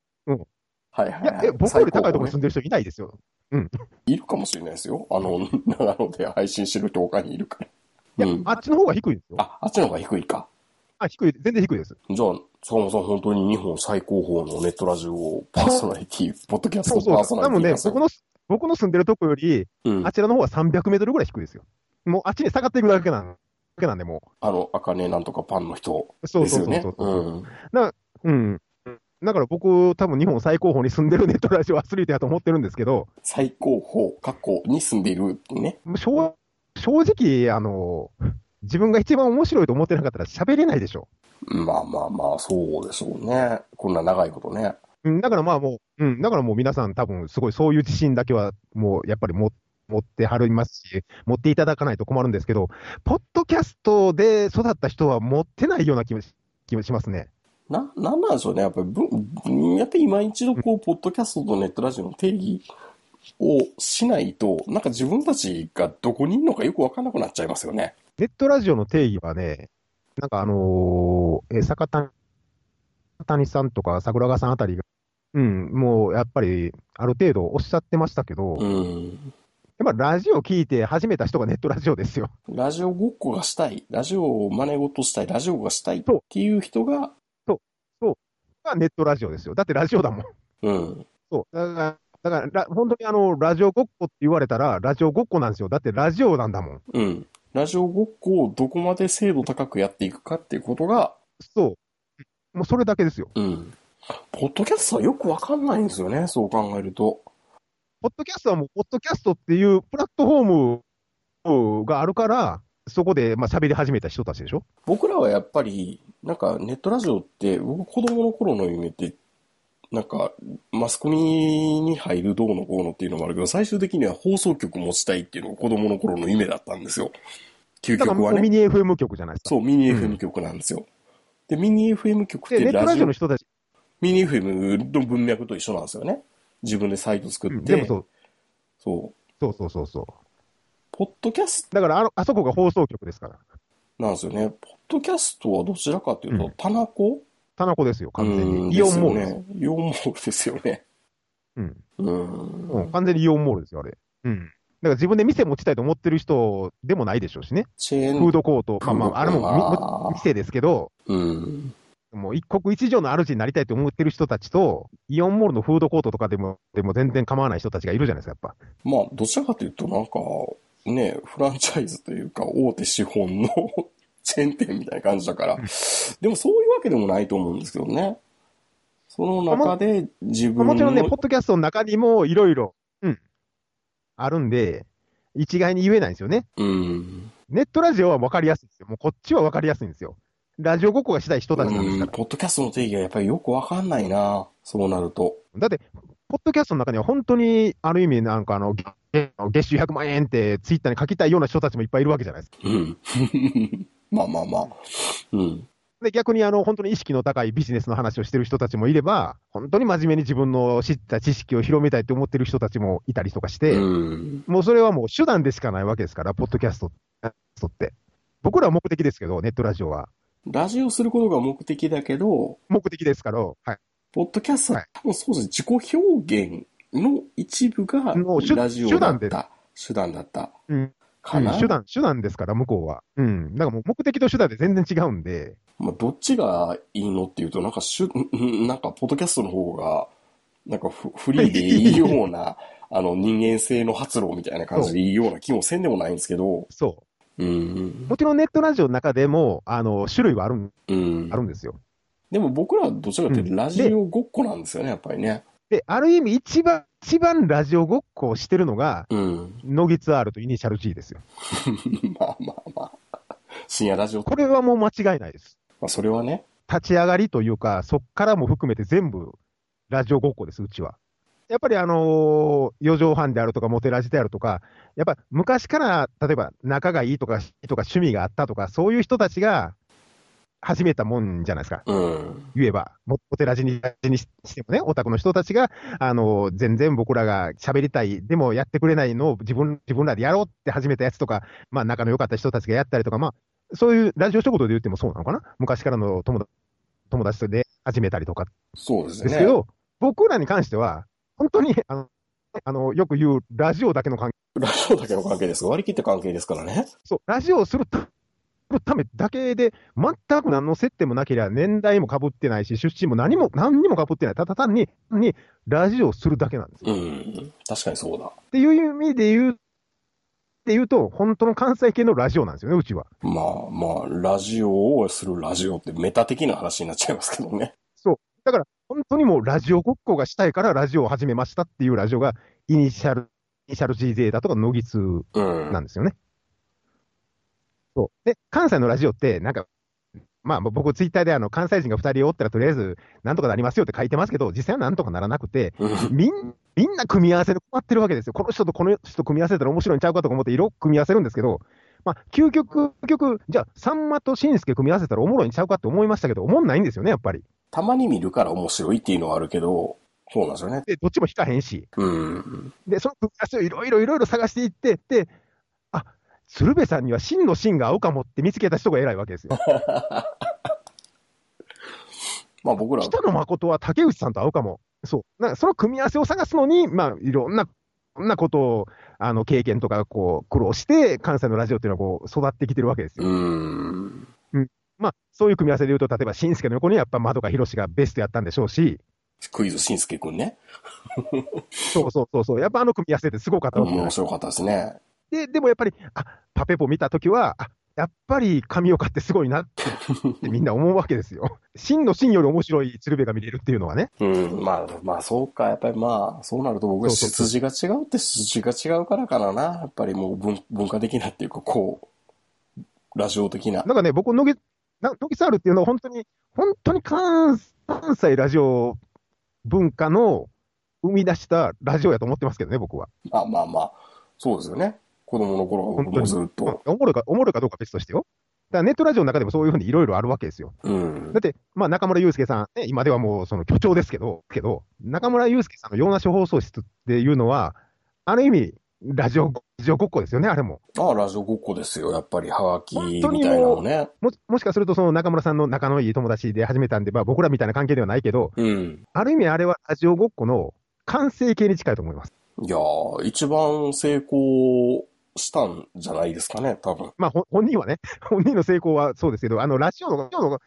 はいはいい、
や
は、い。
え、僕より高
最
いところに
高峰
住んでる人いないですよ。
ねいるかもしれないですよ。あの、長野で配信してる人他にいるから。う
い
ん、。
やあっちの方が低いんですよ。
あ、あっちの方が低いか。
あ、低い、全然低いです。
じゃあ、坂本さん本当に日本最高峰のネットラジオパーソナリティ、ポッドキャス
そう
トパ
そ
ー
う
ソ
そう。
ナリ
多
テ
分
ィ
ね
で、すよ
僕の、僕の住んでるとこより、
うん
あちらの方は300メートルぐらい低いですよ。もうあっちに下がっていくだけなんけなんで、も
あの、あかねなんとかパンの人
う。そう
です
そう
よ
そう
ね
そう。
うん。
うん。だから僕、多分日本最高峰に住んでるネットラジオアスリートやと思ってるんですけど、
最高峰、過去に住んでいるね。
正正直、あの、自分が一番面白いと思ってなかったら喋れないでしょ。
まあまあまあ、そうでしょうね。こんな長いことね。
うんだからまあもう、うん、だからもう皆さん多分すごいそういう自信だけはもうやっぱりも持ってはりますし、持っていただかないと困るんですけど、ポッドキャストで育った人は持ってないような気もし気もしますね。
な、なんなんでしょうね。やっぱり文、やって今一度こう、ポッドキャストとネットラジオの定義をしないと、なんか自分たちがどこにいるのかよくわかんなくなっちゃいますよね。
ネットラジオの定義はね、なんかあのーえ坂谷坂谷さんとか桜川さんあたりが、うん、もうやっぱりある程度おっしゃってましたけど、やっ
うん。
ぱラジオ聞いて始めた人がネットラジオですよ。
ラジオごっこがしたい、ラジオを真似事したい、ラジオがしたいっ
そう
ていう人が、
がネットラジオですよ。だってラジオだもん。
うん。
そう。だから、だからラ本当にあの、ラジオごっこって言われたら、ラジオごっこなんですよ。だってラジオなんだもん。
うん。ラジオごっこをどこまで精度高くやっていくかっていうことが、
そう。もうそれだけですよ。
うん。ポッドキャストはよくわかんないんですよね、そう考えると。
ポッドキャストはもう、ポッドキャストっていうプラットフォームがあるから、そこで、まあ、喋り始めた人たちでしょ
僕らはやっぱり、なんかネットラジオって、僕子供の頃の夢って、なんか、マスコミに入るどうのこうのっていうのもあるけど、最終的には放送局持ちたいっていうのが子供の頃の夢だったんですよ。究
だから
極
も
は
うミ
ね。
ニ FM 局じゃないですか。
そう、ミニ
うん
FM 局なんですよ。で、ミニ FM 局って
で、ネットラジオの
ラジ
人たち、
オミニ FM の文脈と一緒なんですよね。自分でサイト作
う
っ
ん
て、
でもそう、
そう。
そうそうそうそう。
ポッドキャス
だからあの、あそこが放送局ですから。
トなんですよね。ポッドキャストはどちらかという
う
と
ん、
タナコ
田中ですよ、完全
うん
に。イオンモール
で
ですす。
よね。イオンモールですよね。うん。
うん。うん、完全にイオンモールですよ、あれ。うん。だから自分で店持ちたいと思ってる人でもないでしょうしね。
チェーン
フードコート。まあまあ、あれもみ
あー
店ですけど、
うん。
もう一国一城の主になりたいと思ってる人たちと、イオンモールのフードコートとかでも、でも全然構わない人たちがいるじゃないですか、やっぱ。
まあ、どちらかというと、なんか、ね、フランチャイズというか、大手資本の チェーン店みたいな感じだから、でもそういうわけでもないと思うんですけどね。その中で自分の、
もちろんね、ポッドキャストの中にもいろいろ、うん、あるんで、一概に言えないんですよね。
うん、
ネットラジオは分かりやすいですよ。もうこっちは分かりやすいんですよ。ラジオごっこがしたい人たちなんです
う
か
ん、
ら。
ポッドキャストの定義がやっぱりよくわかんないな、そうなると。
だって、ポッドキャストの中には本当に、ある意味、なんかあの、げ月収100万円ってツイッターに書きたいような人たちもいっぱいいるわけじゃないですか。
うん。 まあまあまあ。うん。
で、逆にあの、本当に意識の高いビジネスの話をしてる人たちもいれば、本当に真面目に自分の知った知識を広めたいと思ってる人たちもいたりとかして、
うん。
もうそれはもう手段でしかないわけですから、ポッドキャストって。僕らは目的ですけど、ネットラジオは。
ラジオすることが目的だけど、
目的ですから、はい。
ポッドキャストは
はい
多分そうです。自己表現の一部が
の手
ラジオだっ
手段
た。手段だった。
うん
かな、
うん手段、手段ですから、向こうは。うん。だからもう目的と手段で全然違うんで、
まあ、どっちがいいのっていうと、なんかしゅ、んん なんか、ポッドキャストの方が、なんか フ、フリーでいいような、あの、人間性の発露みたいな感じでいいような気もせんでもないんですけど、
そうう。
ん。
もちろんネットラジオの中でも、あの、種類はあるん
うん
あ。るんですよ。
でも僕らはどちらかという
う
と、
ん
ラジオごっこなんですよね、やっぱりね。
で、ある意味一番、一番ラジオごっこをしてるのが、
うん。
ノギツアールとイニシャル G ですよ。
まあまあまあ。深夜ラジオ、ま
これはもう間違いないです。
あ、それはね、
立ち上がりというか、そっからも含めて全部ラジオごっこです、うちは。やっぱりあのー、4畳半であるとか、モテラジであるとか、やっぱ昔から、例えば仲がいいとか、とか趣味があったとか、そういう人たちが始めたもんじゃないですか。
うん。
言えば、モモテラジににしてもね、オタクの人たちが、あのー、全然僕らが喋りたい、でもやってくれないのを自分自分らでやろうって始めたやつとか、まあ仲の良かった人たちがやったりとか、まあ、そういうラジオ仕事で言ってもそうなのかな昔からの友達友達とで始めたりとか
そうですね。
ですけど、僕らに関しては、本当に、あの、あのよく言うラジオだけの関係、
ラジオだけの関係ですが、割り切った関係ですからね。
そう、ラジオをするたするためだけで、全く何の接点もなければ、年代もかぶってないし、出身も何も、何にもかぶってない。ただ単に、にラジオをするだけなんですよ。
うん。確かにそうだ。
っていう意味で言うって言うと、本当の関西系のラジオなんですよね、うちは。
まあまあ、ラジオをするラジオってメタ的な話になっちゃいますけどね。
そう。だから、本当にもうラジオごっこがしたいからラジオを始めましたっていうラジオが、イニシャル、イニシャル G ゼータとか、ノギツ
うん。
なんですよね。そう。で、関西のラジオって、なんか、まあ僕、ツイッターであの関西人が2人おったら、とりあえず、なんとかなりますよって書いてますけど、実際はなんとかならなくて、
うん
みんみんな組み合わせで困ってるわけですよ。この人とこの人組み合わせたら面白いんちゃうかとか思って、色々組み合わせるんですけど、まあ、究極、究極、じゃあ、さんまとしんすけ組み合わせたらおもろいんちゃうかって思いましたけど、思んないんですよね、やっぱり。
たまに見るから面白いっていうのはあるけど、そうなんですよね。
で、どっちも引かへんし。
うん。
で、その組み合わせをいろいろいろいろ探していって、で、あ鶴瓶さんには真の真が合うかもって見つけた人が偉いわけですよ。
まあ僕ら、
北野誠は竹内さんと合うかも。そう。なんかその組み合わせを探すのに、まあ、いろんな、いろんなことを、あの、経験とか、こう、苦労して、関西のラジオっていうのはこう、育ってきてるわけですよ。
うん。
まあ、そういう組み合わせで言うと、例えば、新助の横にやっぱ、窓か博士がベストやったんでしょうし、
クイズしんすけくんね。
そうそうそうそう、やっぱあの組み合わせってすごかったわけじゃな
面
い
白かったですね。
で、でもやっぱり、あ、パペポ見たときは、あ、やっぱり神岡ってすごいなってってみんな思うわけですよ。真の真より面白い鶴瓶が見れるっていうのはね。
うん。まあ、まあそうか。やっぱりまあ、そうなると僕は
そうそ
出自が違うって出自が違うからかな。やっぱりもう文文化的なっていうか、こう、ラジオ的な
なん。かね、僕、のぎ、なのぎさるっていうのは本当に、本当に関関西ラジオ文化の生み出したラジオやと思ってますけどね、僕は。
まあまあまあ、そうですよね。子供の頃は僕もずっ
うん
と。
おもろいか、おもろいかどうか別としてよ。だからネットラジオの中でもそういうふうにいろいろあるわけですよ。
うん
だ。って、まあ、中村祐介さん、ね、今ではもうその巨長ですけど、けど中村祐介さんの洋梨放送室っていうのは、ある意味、ラジオ、ラジオごっこですよね、あれも。
ああ、ラジオごっこですよ。やっぱり、はがきみたいなのね。
ももしかすると、その中村さんの仲のいい友達で始めたんで、まあ、僕らみたいな関係ではないけど、
うん。
ある意味、あれはラジオごっこの完成形に近いと思います。
いやー、一番成功したんじゃないですかね、多分。
まあ、ほ本人はね、 本人の成功はそうですけど、あのラジオの、ラジオの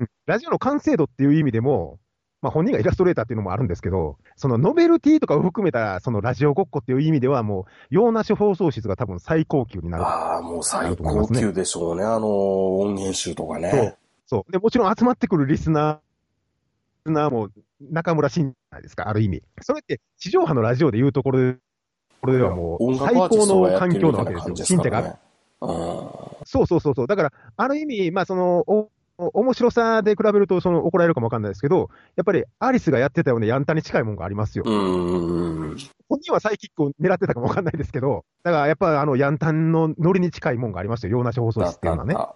うんラジオの完成度っていう意味でも、まあ、本人がイラストレーターっていうのもあるんですけど、そのノベルティとかを含めた、そのラジオごっこっていう意味では、もう、洋梨放送室が多分最高級になる。
ああ、もう最高級でしょうね、あのー音源集とか
そ
ね
う。そう。で、もちろん集まってくるリスナー、リスナーも中村慎じゃないですか、ある意味。それって、地上波のラジオでいうところで、これではもう、
音
最
楽アーティ
高
ストが
の
やって
環
るみ
境
た
ないわけ
な
です
感
よ。
じです
信者
か
が
らね。う
そうそうそうそう。だから、ある意味、まあ、その、お、お面白さで比べると、その、怒られるかもわかんないですけど、やっぱり、アリスがやってたようなヤンタに近いもんがありますよ。
ん。うん。
本人はサイキックを狙ってたかもわかんないですけど、だから、やっぱ、あの、ヤンタンのノリに近いもんがありましたよ。洋梨放送
だ
室っ
って
いう
た
のはね。
だ。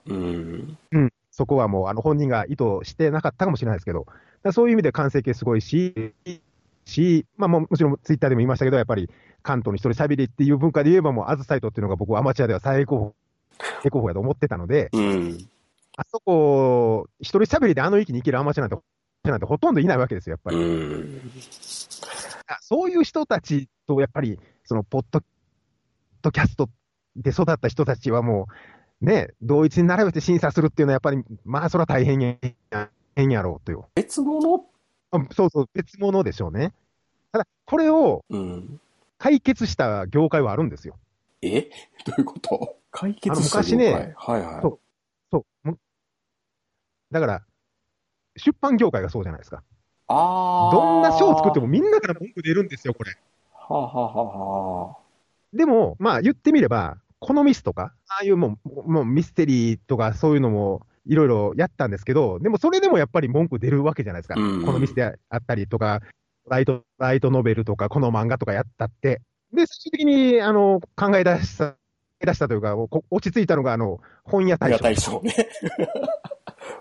うん。
そこはもう、あの、本人が意図してなかったかもしれないですけど、だからそういう意味で完成形すごいし、し、まあもう、もちろんツイッターでも言いましたけど、やっぱり関東の一人喋りっていう文化で言えば、もう、アズサイトっていうのが僕、アマチュアでは最高峰、最高峰やと思ってたので、
うん。
あそこ、一人喋りであの域に行けるアマチュアなんて、なんてほとんどいないわけですよ、やっぱり。
うん。
あそういう人たちと、やっぱり、その、ポッドポッドキャストで育った人たちはもう、ね、同一に並べて審査するっていうのは、やっぱり、まあ、それは大変や、大変やろうという。
別物
あそうそう、別物でしょうね。ただ、これを
うん。
解決した業界はあるんですよ。
えどういうこと解決した
あの昔ね
了解はい
そ
は
うそう。むだから、出版業界がそうじゃないですか。
い。ああ。
どんな書を作って
も。
もみんなから文句出るんですよ、これ。
はあ、はあはあはあ、
でも、まあ言ってみれば、このミスとか、ああいうもうもうミステリーとかそういうのもいろいろやったんですけど、でもそれでもやっぱり文句出るわけじゃないですか。
うん
このミスであったりとか、ライト、ライトノベルとか、この漫画とかやったって。で、最終的に、あの、考え出した、考え出したというか、こ落ち着いたのが、あの、本屋
い
大
や、
賞。
大将ね。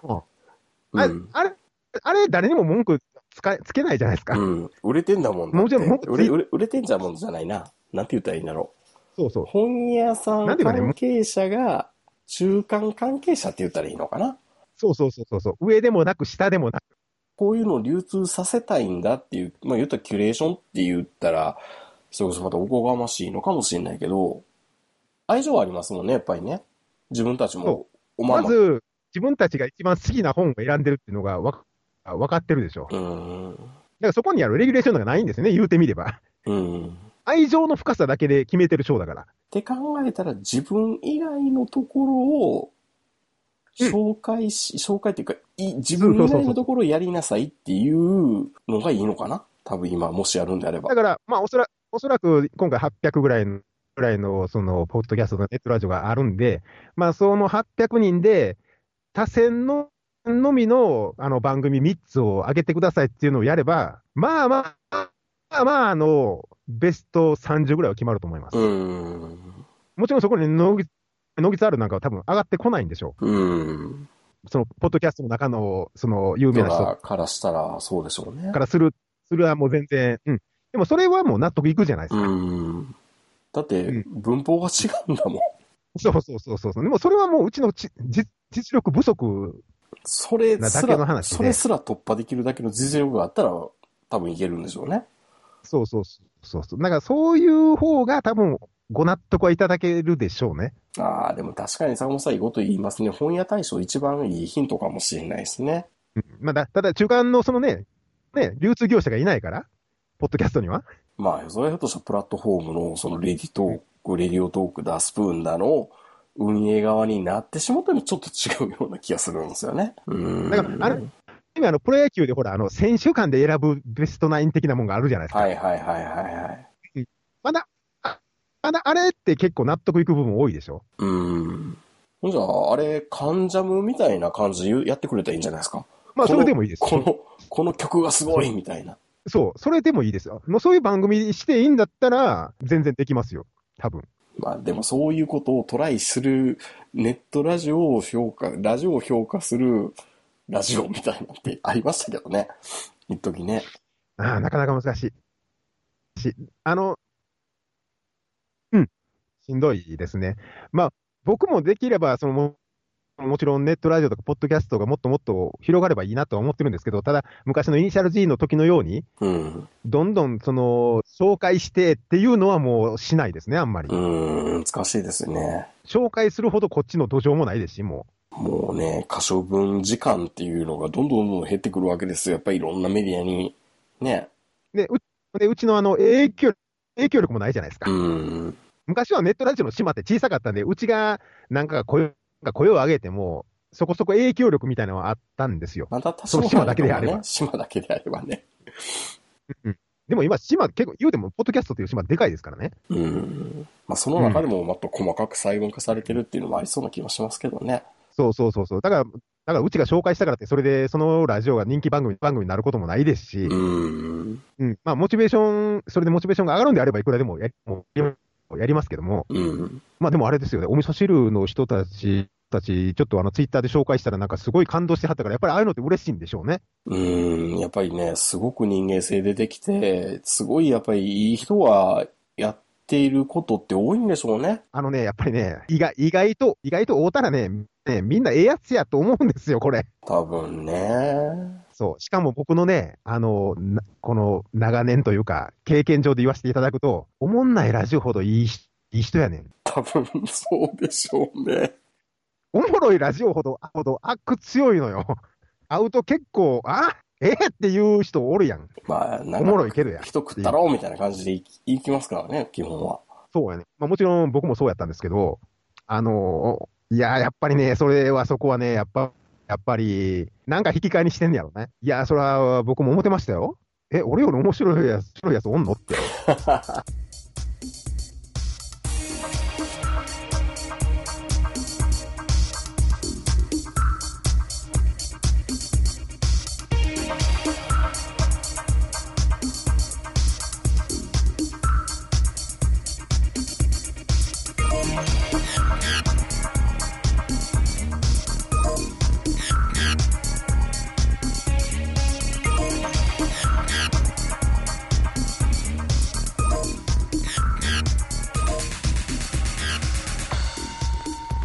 あ
うん
あれ、あれ、誰にも文句つかつけないじゃないですか。
うん。売れてんだもんだって
もちろんも
売れ、売れ売れてんじゃもんじゃないな。なんて言ったらいいんだろ
そうそう
う。。本屋さん
なんて言うかね
関係者が、中間関係者って言ったらいいのかな。
そうそうそうそうそう。上でもなく、下でもなく。
こういうのを流通させたいんだっていう、まあ言ったらキュレーションって言ったら、それこそまたおこがましいのかもしれないけど、愛情はありますもんね、やっぱりね。自分たちも
そ、
おま
ま
んま。
ず、自分たちが一番好きな本を選んでるっていうのがわか分かってるでしょ。だか
うん。
らそこにあるレギュレーションがないんですよね、言うてみれば。
うん。
愛情の深さだけで決めてる賞だから。
って考えたら自分以外のところを紹介し、紹介っていうか、い自分以外のところをやりなさいっていうのがいいのかな多分今、もしやるんであれば
だ。から、まあ、おそらおそらく今回800ぐらいの、ぐらいの、その、ポッドキャストのネットラジオがあるんで、まあ、その800人で、他選の、のみの、あの、番組3つを上げてくださいっていうのをやれば、まあまあ、まあまあ、あの、ベスト30ぐらいは決まると思います。
うーん。
もちろんそこに野木、野木ツアールなんかは多分上がってこないんでしょ
うーん。
う。その、ポッドキャストの中の、その、有名
だ
な人
から、からしたらそうでしょうね
か。らする、するはもう全然、うん。でもそれはもう納得いくじゃないです
う
か。
ーん。だって、文法が違うんだもん。
そうそうそうそうそう。でもそれはもううちのち実実力不足。
それす
なだけの
ら、
話で
それすら突破できるだけの実力があったら、多分いけるんでしょうね。
そうそうそうそう。だからそういう方が多分ご納得はいただけるでしょうね。
ああ、でも確かに坂本さんいいこと言いますね。本屋大賞一番いいヒントかもしれないですね。
うんまあ、だただ中間のそのね、ね、流通業者がいないから、ポッドキャストには。
まあ、それはひょっとしたらプラットフォームの、そのレディトーク、レディオトークだ、スプーンだの、運営側になってしまったのちょっと違うような気がするんですよね。うん。
だからあれ今あのプロ野球でほら、あの、選手間で選ぶベストナイン的なもんがあるじゃないですか。
はいはいはいはいはい。
まだ、あまだあれって結構納得いく部分多いでしょ。
うん。ほんじゃあ、あれ、カンジャムみたいな感じでやってくれたらいいんじゃないですか。
ま
こ
あそ
の
れでもいいです。
この、この曲がすごいみたいな。
そう、それでもいいですよ。もうそういう番組していいんだったら、全然できますよ。多分。
まあでもそういうことをトライするネットラジオを評価、ラジオを評価するラジオみたいなのってありましたけどね。一時ね。
ああ、なかなか難しい。し、あの、うん、しんどいですね。まあ、僕もできれば、そのも、もちろんネットラジオとか、ポッドキャストがもっともっと広がればいいなとは思ってるんですけど、ただ、昔のイニシャル G の時のように、
うん。
どんどん、その、紹介してっていうのはもうしないですね、あんまり
う。ーん、難しいですね。
紹介するほどこっちの土壌もないですし、も
もうね、可処分時間っていうのがどんどんどんどん減ってくるわけですよ。やっぱりいろんなメディアに。ね。
う。で、うでうちのあの、影響、影響力もないじゃないですか
う。ん。
昔はネットラジオの島って小さかったんで、うちがなんかが声なんか声を上げても、そこそこ影響力みたいなのはあったんですよ。
また多
そ
少
う島だけであれば
ね島だけであればね。
でも今、島、結構、言うても、ポッドキャストという島でかいですからね。
うん。まあその中でももっと細かく細分化されてるっていうのもありそうな気もしますけどね。
そうそうそうそう。だから、だからうちが紹介したからって、それでそのラジオが人気番組番組になることもないですし、
うん。
うんまあ、モチベーション、それでモチベーションが上がるんであれば、いくらでもやりもうやりますけども、
うん。
まあでもあれですよね、お味噌汁の人たち、たちちょっとあのツイッターで紹介したら、なんかすごい感動してはったから、やっぱりああいうのって嬉しいんでしょうね。
うーん、やっぱりね、すごく人間性出てきて、すごいやっぱりいい人がやっていることって多いんでしょうね。
あのね、やっぱりね、意外意外と、意外と会うたらね、ねみんなええやつやと思うんですよ、これ。
多分ね。
そう。しかも僕のね、あの、なこの長年というか、経験上で言わせていただくと、おもんないラジオほどいいしいい人やねん。
多分そうでしょうね。
おもろいラジオほど、ほど悪強いのよ。会うと結構、あええっていう人おるやん。
まあ、な
お
んか
もろいけどや。
人食ったろうみたいな感じでいいきますからね、基本は。
そうやね。まあ、もちろん僕もそうやったんですけど、あのいやー、やっぱりね、それはそこはね、やっぱ、やっぱり、なんか引き換えにしてんねやろね。いやー、それは僕も思ってましたよ。え、俺より面白いやつ、面白いやつおんのって。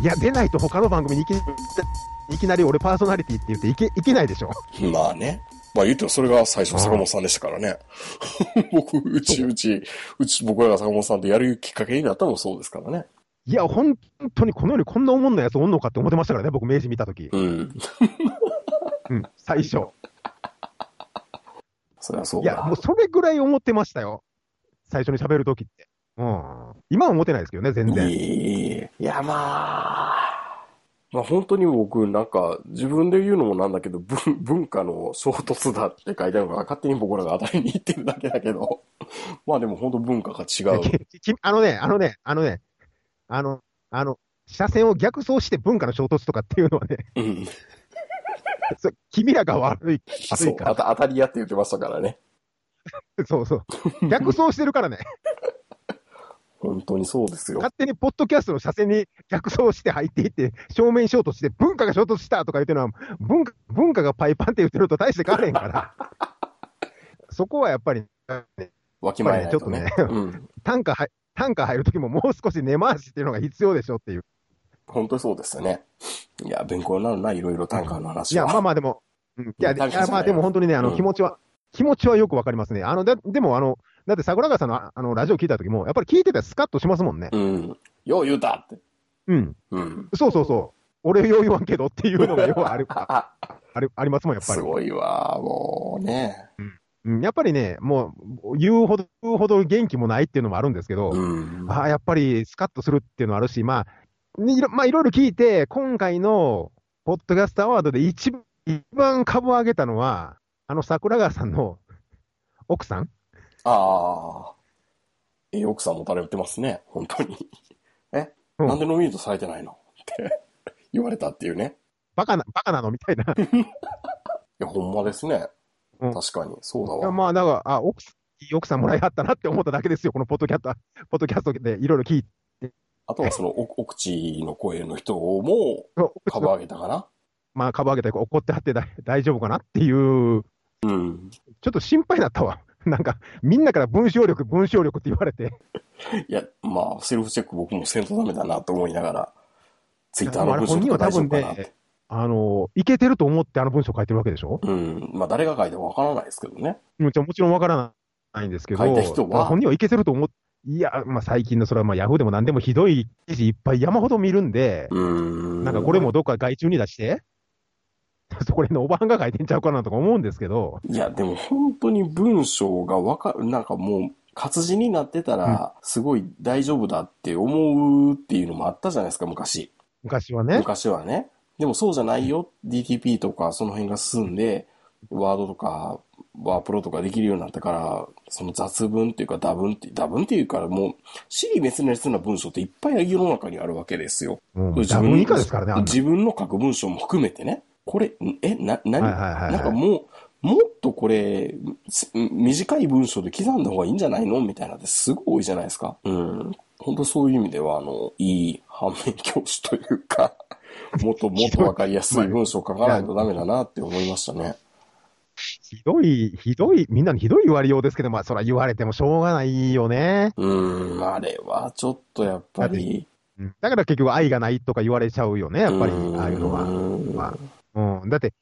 いや、出ないと他の番組にいきいきなり俺パーソナリティって言っていけいけないでしょ。
まあね。まあ言うてもそれが最初坂本さんでしたからね。 僕、うちうち、うち僕らが坂本さんとやるきっかけになったのもそうですからね。
いや、本当にこの世にこんなおもんないやつおんのかって思ってましたからね、僕、明治見たとき。
うん。
うん、最初。
そりゃそう
い
だ。
や、もうそれぐらい思ってましたよ。最初に喋るときって。うん。今は思ってないですけどね、全
い
然。
いいや、まあ、まあ本当に僕、なんか、自分で言うのもなんだけど、文文化の衝突だって書いてあるから、勝手に僕らが当たりに行ってるだけだけど、 まあでも本当文化が違う。
ききあのね、あのね、あのね、あの、あの、車線を逆走して文化の衝突とかっていう のはね、
うん。
そ君らが悪い、
そ
悪
う、
いか
あた当たり屋って言ってましたからね。
そうそう。逆走してるからね、
本当に そうですよ。
勝手にポッドキャストの車線に逆走して入っていって、正面衝突して、文化が衝突したとか言ってるのは、文化、文化がパイパンって言ってると大して変われへ んから。そこはやっぱり、ね、
わきまえないとね。
ちょっと
うん。
単価入、単価入るときももう少し根回しっていうのが必要でしょっていう。
本当にそうですよね。いや、勉強になるな、いろいろ短歌の
い
話
や、
は。
まあまあでも、うんいや、い
単価じゃな
や
い
まあでも本当にね、あ
う
の、
ん
気持ちは、気持ちはよくわかりますね。あの、だ、でもあの、だって桜川さんのああの、ラジオ聞いたときも、やっぱり聞いてたらスカッとしますもんね。
うん。よう言うたって。
うん。
うん。
そうそうそう。俺よう言わんけどっていうのがよくある、あ
あ、
あるありますもん、やっぱ
す
り。
ごいわ、もうね。
うん、やっぱりね、もう、言うほど、言うほど元気もないっていうのもあるんですけど、
うん。
ああ、やっぱりスカッとするっていうのもあるし、まあ、ねいろ、まあ、いろいろ聞いて、今回の、ポッドキャストアワードで一番、一番株を上げたのは、あの桜川さんの奥さん
ああ。え、奥さんもたれてますね、本当に。え、
うん
なんでノミネートされてないのって 言われたっていうね。
バカな、バカなのみたいな。
いや、ほんまですね。
うん
確かに、そうだ
いや
わ。
まあ、だから、あ、奥さん、いい奥さんもらいはったなって思っただけですよ、このポッドキャスト、ポッドキャストでいろいろ聞いて。
あとはその、お奥地の声の人も、株上げたかな。
まあ、株上げて怒ってはってだ大丈夫かなっていう、
うん。
ちょっと心配だったわ。 なんか、みんなから文章力、文章力って言われて、
いや、まあ、セルフチェック僕もせんとダメだなと思いながら、ツイッター
で
の
もあれ
文章
本人
と
は
か大
多
丈
分
夫かなって
ね。、あの、いけてると思ってあの文章書いてるわけでしょ
うん。まあ、誰が書いてもわからないですけどね。
もちろんもちろんわからないんですけど、
書いた人は
本人はいけてると思って、いや、まあ最近のそれはまあヤフーでも何でもひどい記事いっぱい山ほど見るんで、
うん。
なんかこれ。もどっか外注に出して、 そこら辺のおばはんが書いてんちゃうかなとか思うんですけど、
いや、でも本当に文章がわかる、なんかもう、活字になってたら、すごい大丈夫だって思うっていうのもあったじゃないですか、昔。
昔はね。
昔はね。でもそうじゃないよ。DTP とかその辺が進んで、ワードとか、ワープロとかできるようになったから、その雑文っていうか、打文って、打文っていうからもう、死に滅裂な文章っていっぱい世の中にあるわけですよ。
もう自分以下ですからね、あんな
自分の書く文章も含めてね。これ、んえ、な、何、
はいはいはいはい
なんかもう、もっとこれ、す短い文章で刻んだ方がいいんじゃないのみたいなってすごい多いじゃないですか。うん。本当そういう意味では、あの、いい反面教師というか、 もっともっとわかりやすい文章を書かないとダメだなって思いましたね。
ひどい、ひどい、みんなにひどい言われようですけど、まあそれは言われてもしょうがないよね。
うん、あれはちょっとやっぱり、
だから結局愛がないとか言われちゃうよね、やっぱり、ああいうのは。
は。
うん、だって、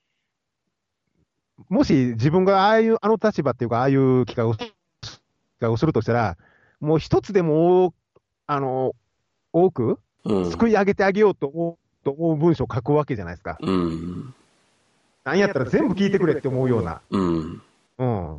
もし自分がああいう、あの立場っていうか、ああいう企画を企画をするとしたら、もう一つでも多、あの、多く、
うん。
救い上げてあげようと思うと思う文章を書くわけじゃないですか。
うん。
なんやったら全部聞いてくれって思うような。
うん。
うん。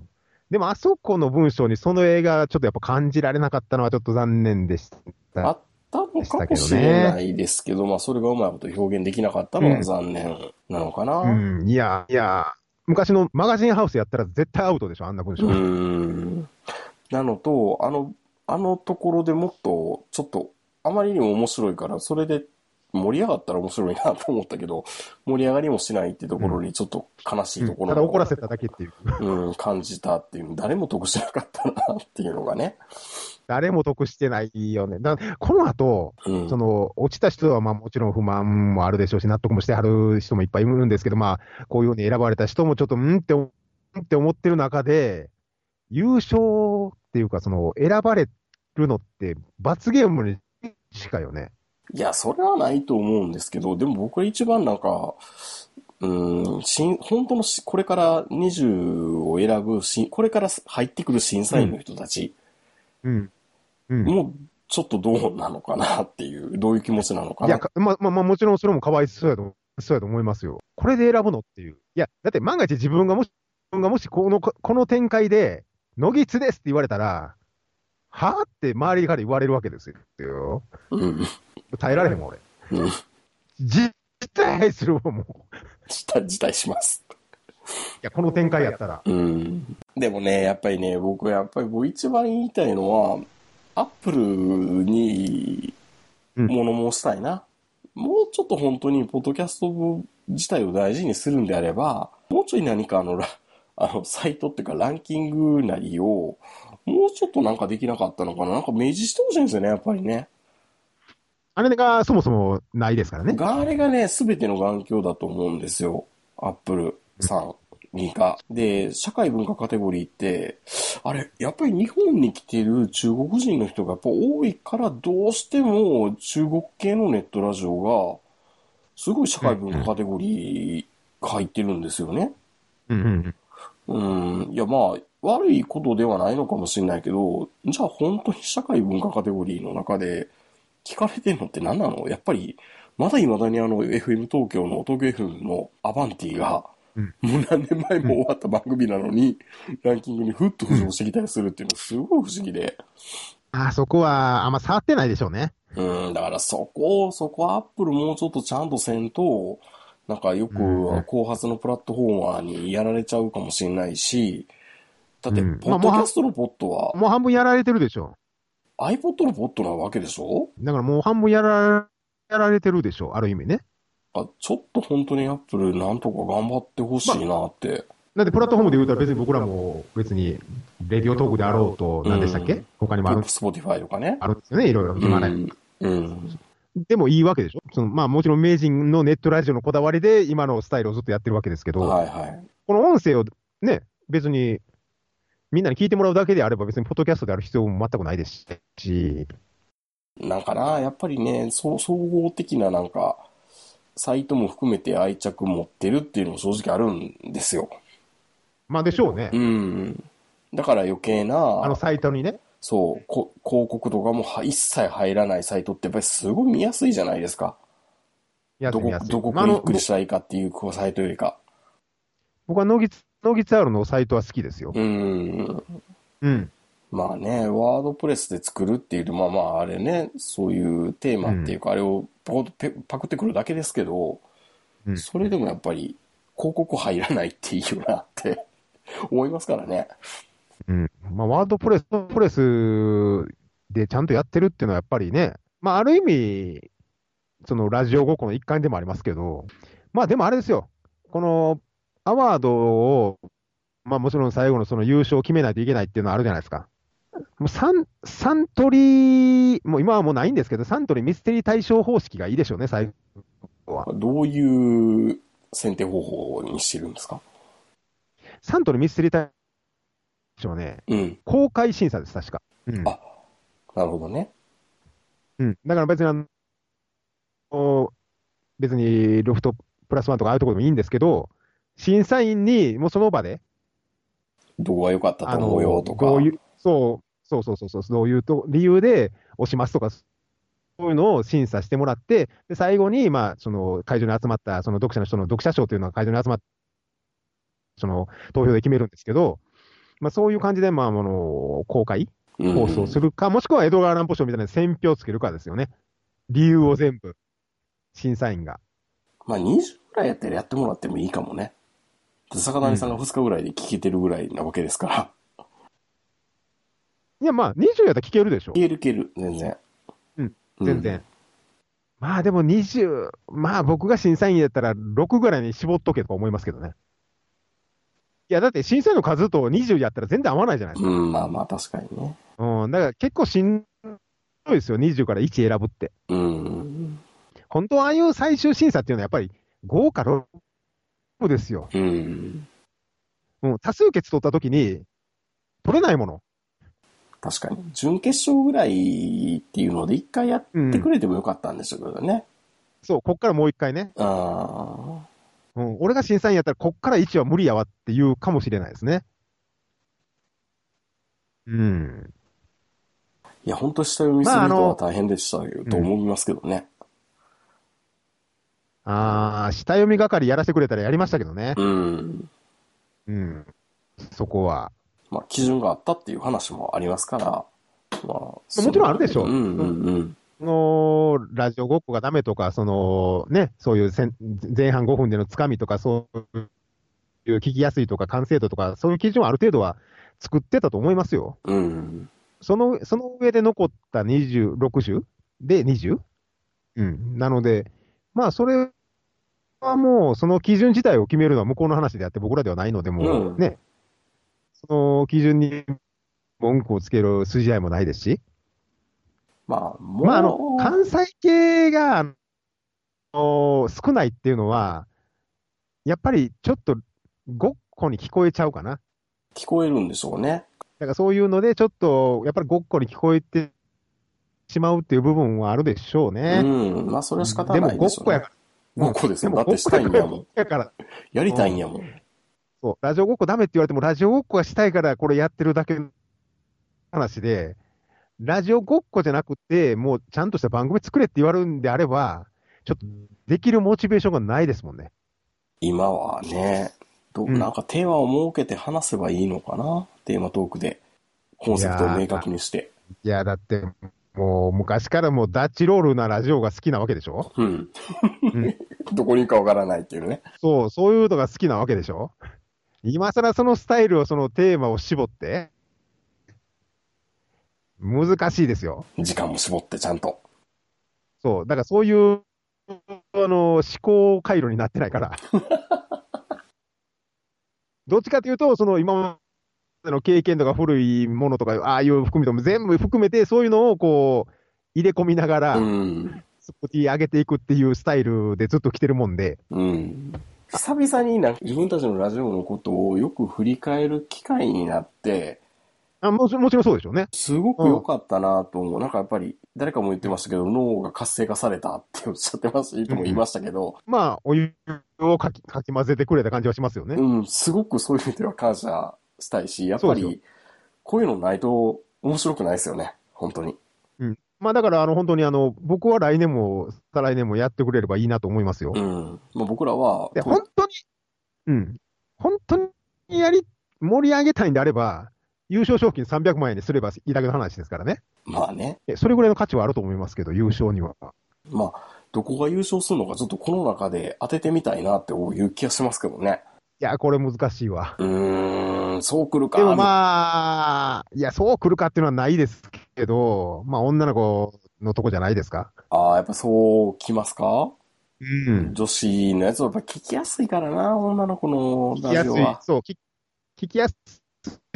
でも、あそこの文章にその映画、ちょっとやっぱ感じられなかったのはちょっと残念でした。
あったのかもしれないですけど、まあそれがうまいこと表現できなかったのは残念なのかな。う。
うんん、いや、いや、昔のマガジンハウスやったら絶対アウトでしょ、あんな文章。
なのと、あの、あのところでもっと、ちょっと、あまりにも面白いから、それで盛り上がったら面白いなと思ったけど、盛り上がりもしないってところにちょっと悲しいとこ
ただ
ろ
怒らせただけっていう。
うん、感じたっていう、誰も得しなかったなっていうのがね。
誰も得してないよね。だこの後、
うん
そ。の、落ちた人は、まあもちろん不満もあるでしょうし、納得もしてはる人もいっぱいいるんですけど、まあ、こういうふうに選ばれた人もちょっと、うんって、うんって思ってる中で、優勝っていうか、その、選ばれるのって、罰ゲームに近いよね。
いや、それはないと思うんですけど、でも僕は一番なんか、うーん、新、本当のし、これから20を選ぶし、これから入ってくる審査員の人たち、
うん。うん。
もうちょっとどうなのかなっていう、どういう気持ちなのか
いや、
な。
かまあ、まあ、まあ、もちろんそれもかわいそうやと、そうやと思いますよ。これで選ぶのっていう。いや、だって万が一自分がもし、自分がもしこの、この展開で、野木津ですって言われたら、はって周りから言われるわけですよ。
うん。
耐えられへんもん、俺。
うん。
実態するわ、もう。
辞退辞退します。
いや、この展開やったら。
うん。でもね、やっぱりね、僕、やっぱり僕一番言いたいのは、アップルに
うん
物申したいな。もうちょっと本当に、ポッドキャスト自体を大事にするんであれば、もうちょい何かあの、ラあの、サイトっていうかランキングなりを、もうちょっとなんかできなかったのかな。なんか明示してほしいんですよね、やっぱりね。
あれがそもそもないですからね。
があれがね、すべての眼鏡だと思うんですよ。アップルさんにか。で、社会文化カテゴリーって、あれ、やっぱり日本に来てる中国人の人がやっぱ多いから、どうしても中国系のネットラジオが、すごい社会文化カテゴリー入ってるんですよね。
うんうん
うん。いや、まあ、悪いことではないのかもしれないけど、じゃあ本当に社会文化カテゴリーの中で聞かれてるのって何なのやっぱり、まだ未だにあの FM 東京の、東京 FM のアバンティが、
うん
もう何年前も終わった番組なのに、ランキングにふっと浮上してきたりするっていうのすごい不思議で。
あそこはあんま触ってないでしょうね。
うん、だからそこ、そこはアップルもうちょっとちゃんとせんと、なんかよく
うん
後発のプラットフォーマーにやられちゃうかもしれないし、だって、
うん
ポッドキャストのポッドは、
もう半分やられてるでしょ
iPod のポッドなわけでしょ
う。だからもう半分やらやられてるでしょう。ある意味ね。
あちょっと本当にアップルなんとか頑張ってほしいなって。
だってプラットフォームで言うたら別に僕らも別に、レディオトークであろうと、何でしたっけ、
うん
他にもあるんです
Spotify とかね。
あるんですよね、いろいろ
う
暇ない。
ん。うん。
でもいいわけでしょその、まあもちろん名人のネットラジオのこだわりで今のスタイルをずっとやってるわけですけど、
はいはい。
この音声をね、別にみんなに聞いてもらうだけであれば別にポッドキャストである必要も全くないですし、
なんかな、やっぱりね、そう総合的ななんか、サイトも含めて愛着持ってるっていうのも正直あるんですよ。
まあでしょうね
う。ん。だから余計
あの
な、
サイトにね。
そう、こ広告とかもは一切入らないサイトってやっぱりすごい見やすいじゃないですか。
や
どこ、どこ
まあ
ク
あ
リ
の
ックしたらいいかっていうこうサイトよりか。
僕はノギツ、ノギツアールのサイトは好きですよ。
うん。
うん。
まあね、ワードプレスで作るっていうと、まあまああれね、そういうテーマっていうか、あれをポコペパクってくるだけですけど、
うん
それでもやっぱり広告入らないっていうよなって思いますからね。
うん。まあ、ワードプレス、プレスでちゃんとやってるっていうのはやっぱりね、まあ、ある意味、そのラジオごっこの一環でもありますけど、まあ、でもあれですよ。このアワードを、まあ、もちろん最後のその優勝を決めないといけないっていうのはあるじゃないですか。もうサン、サントリー、もう今はもうないんですけど、サントリーミステリー対象方式がいいでしょうね、最後は。
どういう選定方法にしてるんですか
サントリーミステリー対象ね、
うん。
公開審査です、確か。うん
あなるほどね。
うん、だから別にあの、お別にロフトプラスワンとかああいうところでもいいんですけど、審査員にもうその場で、
どこが良かったと思うよとか。
どういうそうそうそうそうそう、どういうと理由で押しますとか、そういうのを審査してもらって、で最後に、まあ、その会場に集まったその読者の人の読者賞というのが会場に集まったその投票で決めるんですけど、まあ、そういう感じで、まあ、あの公開
うん
放送するか、もしくは江戸川乱歩賞みたいな選票つけるかですよね。理由を全部、審査員が。
まあ20ぐらいやったらやってもらってもいいかもね。坂谷さんが2日ぐらいで聞けてるぐらいなわけですから。
いや、まあ、20やったら聞けるでしょ
い、、けるいける、全然。
うん、全然。。まあでも20、まあ僕が審査員やったら6ぐらいに絞っとけとか思いますけどね。いや、だって審査員の数と20やったら全然合わないじゃないですか。
うん、まあまあ確かにね。
うん、だから結構しんどいですよ、20から1選ぶって。
うん。
本当はああいう最終審査っていうのはやっぱり5か6ですよ。
うん。
うん、多数決取った時に、取れないもの。
確かに。準決勝ぐらいっていうので、一回やっ
うん
てくれてもよかったんでしょうけどね。
そう、こっからもう一回ね、
ああ。
うん、俺が審査員やったら、こっから1は無理やわって言うかもしれないですね。うん。
いや、本当下読みする人は大変でしたよ、と思いますけどね。
ああ、下読み係やらせてくれたらやりましたけどね。
うん。
うん。そこは。
まあ、基準があったっていう話もありますから。も
もちろんあるでしょ
う
うん
うんうん。
の、ラジオごっこがダメとか、その、ね、そういうせん前半5分でのつかみとか、そういう聞きやすいとか、完成度とか、そういう基準はある程度は作ってたと思いますよ。
うん。
その、その上で残った26種で 20? うん。なので、まあ、それはもう、その基準自体を決めるのは向こうの話であって、僕らではないので、も
うん
うね、その基準に文句をつける筋合いもないですし、
まあ、もう、
まあ、あの、関西系が、あの少ないっていうのは、やっぱりちょっとごっこに聞こえちゃうかな。
聞こえるんでしょうね。
だからそういうので、ちょっと、やっぱりごっこに聞こえてしまうっていう部分はあるでしょうね。
うん。まあ、それは仕方
で
な
も
い
ご
で
っ
しょう
こや
ね
か。
ごっこです
ら。
よ。だ
でも
っ
ごって
したいんやも
こ
ん。
やから、
やりたいんやもん。
そう、ラジオごっこダメって言われても、ラジオごっこがしたいからこれやってるだけの話で、ラジオごっこじゃなくて、もうちゃんとした番組作れって言われるんであれば、ちょっとできるモチベーションがないですもんね。
今はね、ど
うん
なんかテーマを設けて話せばいいのかなテーマトークで。コンセプトを明確にして。
いや、だって、もう昔からもうダッチロールなラジオが好きなわけでしょ
うん
ん。
どこに行くかわからないっていうね。
そう、そういうのが好きなわけでしょ今更そのスタイルを、そのテーマを絞って、難しいですよ。
時間も絞ってちゃんと。
そう、だからそういう、あの、思考回路になってな いから。どっちかというと、その今までの経験とか古いものとか、ああいう含めても全部含めて、そういうのをこう、入れ込みながら
う、ん。
スポティ上げていくっていうスタイルでずっと来てるもんで、
うん。久々になんか自分たちのラジオのことをよく振り返る機会になって、
あもちもちろんそうでしょうね。
すごく良かったなと思う。なんかやっぱり、誰かも言ってましたけど、脳が活性化されたっておっしゃってます、人も言いましたけど、
まあ、お湯をかきかき混ぜてくれた感じはしますよね。
うん、すごくそういう意味では感謝したいし、やっぱ
そうです
り、こういうのないと面白くないですよね、本当に。
まあ、だから、あの、本当に、あの、僕は来年も、再来年もやってくれればいいなと思いますよ。
うん。まあ、僕らは、
で、本当に、うん。本当にやり、盛り上げたいんであれば、優勝賞金300万円にすればいいだけの話ですからね。
まあね、
えそれぐらいの価値はあると思いますけど、優勝には。
まあ、どこが優勝するのかちょっとこの中で当ててみたいなっていう気がしますけどね。
いや、これ難しいわ。
うーん、そう来るか。
でもまあ、いや、そう来るかっていうのはないですけど、まあ、女の子のとこじゃないですか。
ああ、やっぱそう来ますか
うん。
女子のやつはやっぱ聞きやすいからな、女の子の
聞き
ラ
や
ジ
す
オ
い
は。。
そう、聞聞きやす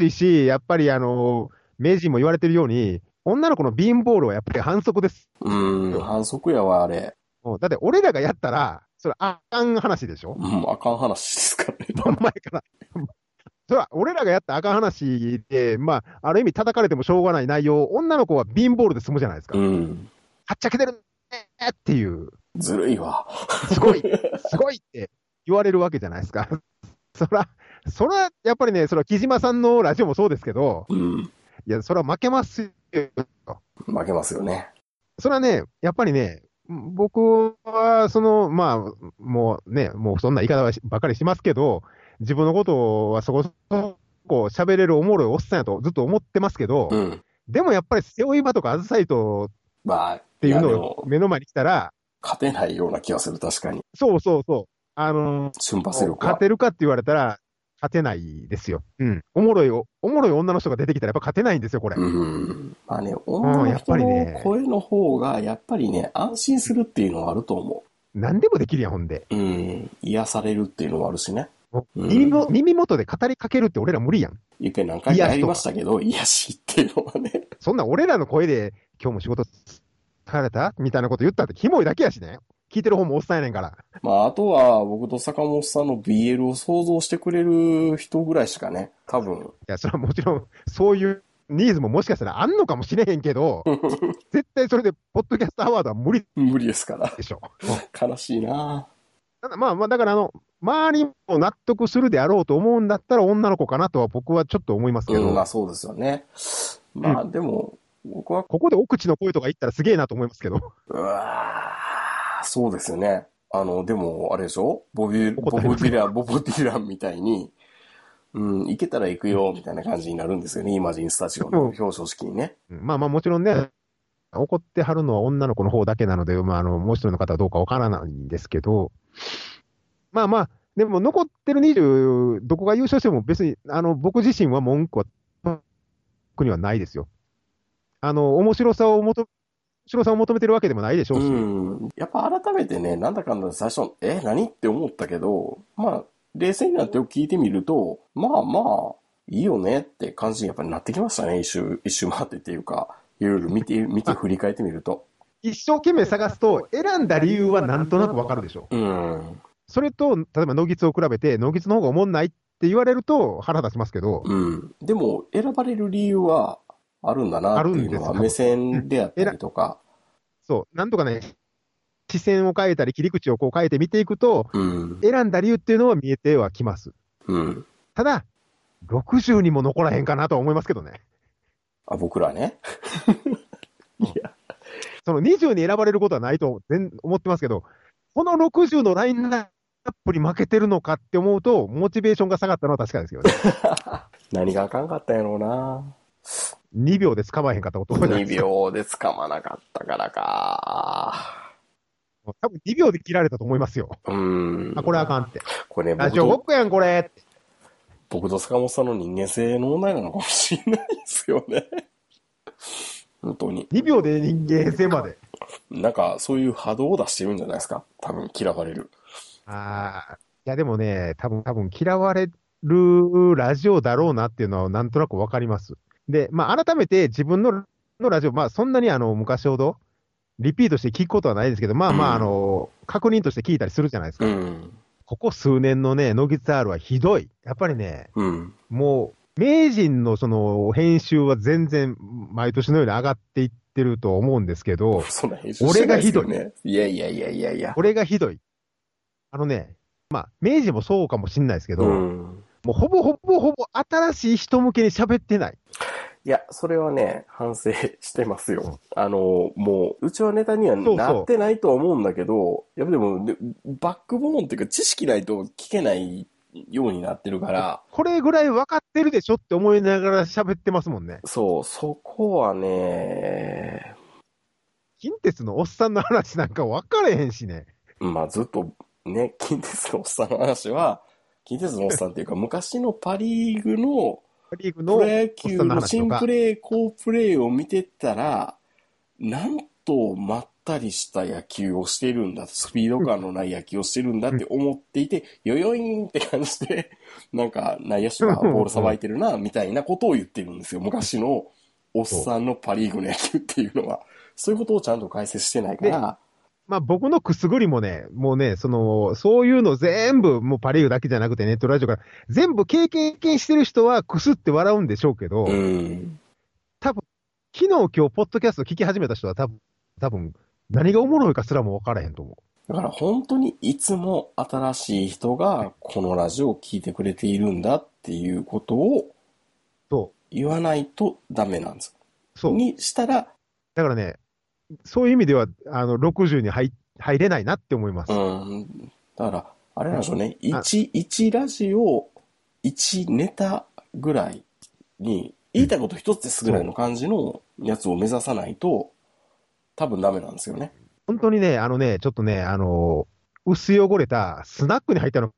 いし、やっぱりあの、名人も言われてるように、女の子のビーンボールはやっぱり反則です。
うーん、反則やわ、あれ。
もうだって俺らがやったら、それあかん話でしょ
うん、あかん話ですからね。
前から。 それは俺らがやったあかん話で、まあ、ある意味叩かれてもしょうがない内容を、女の子はビーンボールで済むじゃないですか。
う
は
ん、
っちゃけてるねっていう、
ずるいわ。
すごい、すごいって言われるわけじゃないですか。そら、そら、やっぱりね、そら、木島さんのラジオもそうですけど、
うん、
いや、そら負けますよ。
負けますよね。
それはね、やっぱりね、僕は、その、まあ、もうね、もうそんな言い方はしばっかりしますけど、自分のことはそこそこ喋れるおもろいおっさんやとずっと思ってますけど、
うん。
でもやっぱり背負い場とかあずさいと
まあ、っ
っていう
で
のを
も、
目の前に来たら、
勝てないような気がする、確かに。
そうそうそう、あの、
瞬発力
勝
は。
てるかって言われたら、勝てないですよ。うん。おもろいお、おもろい女の人が出てきたらやっぱ勝てないんですよ、これ。
うん。まあね、女の人
うんやっぱり
の
ね
声の方が、やっぱりね、安心するっていうのはあると思
何でもできるやん、ほんで。
う。うん、癒されるっていうのはあるしね。うん
耳も耳元で語りかけるって俺ら無理やん。
いっぺん何回かやりましたけど、癒しっていうのはね。
そんな俺らの声で、今日も仕事疲れたみたいなこと言ったって、キモいだけやしね。聞いてる方もおっさんやねんから。
まあ、あとは、僕と坂本さんの BL を想像してくれる人ぐらいしかね、多分。
いや、それはもちろん、そういうニーズももしかしたらあんのかもしれへんけ ど、絶対それで、ポッドキャストアワードは無理
無理ですから。
でしょ。
悲しいな
ただまあまあ、だからあの、周りも納得するであろうと思うんだったら女の子かなとは僕はちょっと思いますけ
う
ど、
ん、まあそうですよね。まあ、でも、僕は、
ここで奥地の声とか言ったらすげえなと思いますけど、
うわーそうですよね。あの、でも、あれでしょボビー、
怒
ボ
っ
ブ・デ
てはりま
ィラン、ボブ・ディランみたいに、うん、行けたら行くよ、みたいな感じになるんですよね、イマジンスタジオの表彰式にね。
うんまあまあもちろんね、怒ってはるのは女の子の方だけなので、まああの、もう一人の方はどうかわからないんですけど、まあまあ、でも残ってる20、どこが優勝しても別に、あの、僕自身は文句は、特にはないですよ。あの、面白さを求め、面白さを求めてるわけでもないでしょうし、
うん。やっぱ改めてね、なんだかんだ最初、え、何って思ったけど、まあ、冷静になってよく聞いてみると、まあまあ、いいよねって感じにやっぱりなってきましたね、一周、一周回ってっていうか、いろいろ見 て、見て振り返ってみると。
一生懸命探すと、選んだ理由はなんとなくわかるでしょう。
うん。
それと、例えば、野木を比べて、野木の方がおもんないって言われると腹立ちますけど、
うん。でも、選ばれる理由はあるんだなっていうの
あ
は、
るん
目
です
線であったりとか、
そう、なんとかね、視線を変えたり、切り口をこう変えて見ていくと、
うん。
選んだ理由っていうのは見えてはきます。
うん。
ただ、60にも残らへんかなとは思いますけどね。
あ、僕らね。
その20に選ばれることはないと全思ってますけど、この60のラインナップに負けてるのかって思うと、モチベーションが下がったのは確かですよね。
何があかんかったんやろうな。
2秒で捕まえへんかったこと多いじゃない
2
ですか
秒で掴まなかったからか。
多分2秒で切られたと思いますよ。
うん。
あ、これあかんって。
これね、
ラ
僕
ジオごっ
と、
こやん、これって。
僕と坂本さんの人間性の問題なのかもしれないですよね。 本当に。
2秒で人間性まで。
なんか、そういう波動を出してるんじゃないですか。多分、嫌われる。
ああ。いや、でもね、多分、多分嫌われるラジオだろうなっていうのはなんとなくわかります。で、まあ、改めて自分ののラジオ、まあ、そんなにあの、昔ほど、リピートして聞くことはないですけど、まあまあ、
うん
あの、確認として聞いたりするじゃないですか。
うん。
ここ数年のね、ノギツ R はひどい。やっぱりね、
うん。
もう、名人のその、編集は全然、毎年のように上がっていってると思うんですけど、
そんな編集してないですよね。いやいやいやいやいや。
これがひどい。あのね、まあ、明治もそうかもしんないですけど、
うん。
もうほぼほぼほぼ新しい人向けに喋ってない。
いや、それはね、反省してますよ。あの、もう、うちはネタにはなってないとは思うんだけど、やっぱでも、でバックボーンっていうか、知識ないと聞けないようになってるから、
これぐらい分かってるでしょって思いながら喋ってますもんね。
そう、そこはね、
近鉄のおっさんの話なんか分かれへんしね。
まあずっとね、 近鉄のおっさんの話は、近鉄のおっさんっていうか、昔のパリーグの
リーグの
プロ野球の新プレー、好プレーを見てたら、なんとまったりした野球をしてるんだ、スピード感のない野球をしてるんだって思っていて、よよいんって感じで、 なんか内野手がボールさばいてるな、みたいなことを言ってるんですよ。昔のおっさんのパリーグの野球っていうのは。そういうことをちゃんと解説してないから、
まあ僕のくすぐりもね、もうね、その、そういうの全部、もうパリーグだけじゃなくてネットラジオから、全部経験してる人はくすって笑うんでしょうけど、
うん。
昨日今日ポッドキャスト聞き始めた人は多分、多分、何がおもろいかすらも分からへんと思う。
だから本当にいつも新しい人がこのラジオを聞いてくれているんだっていうことを
そ
言わないとダメなんです。
う。そう。
にしたら、
だからね、そういう意味では、あの、60に入入れないなって思います。
うん、だから、あれなんでしょうね。
あ
1、一ラジオ、1ネタぐらいに、言いたいこと一つですぐらいの感じのやつを目指さないと、多分ダメなんですよね。
本当にね、あのね、ちょっとね、あの、薄汚れたスナックに入ったの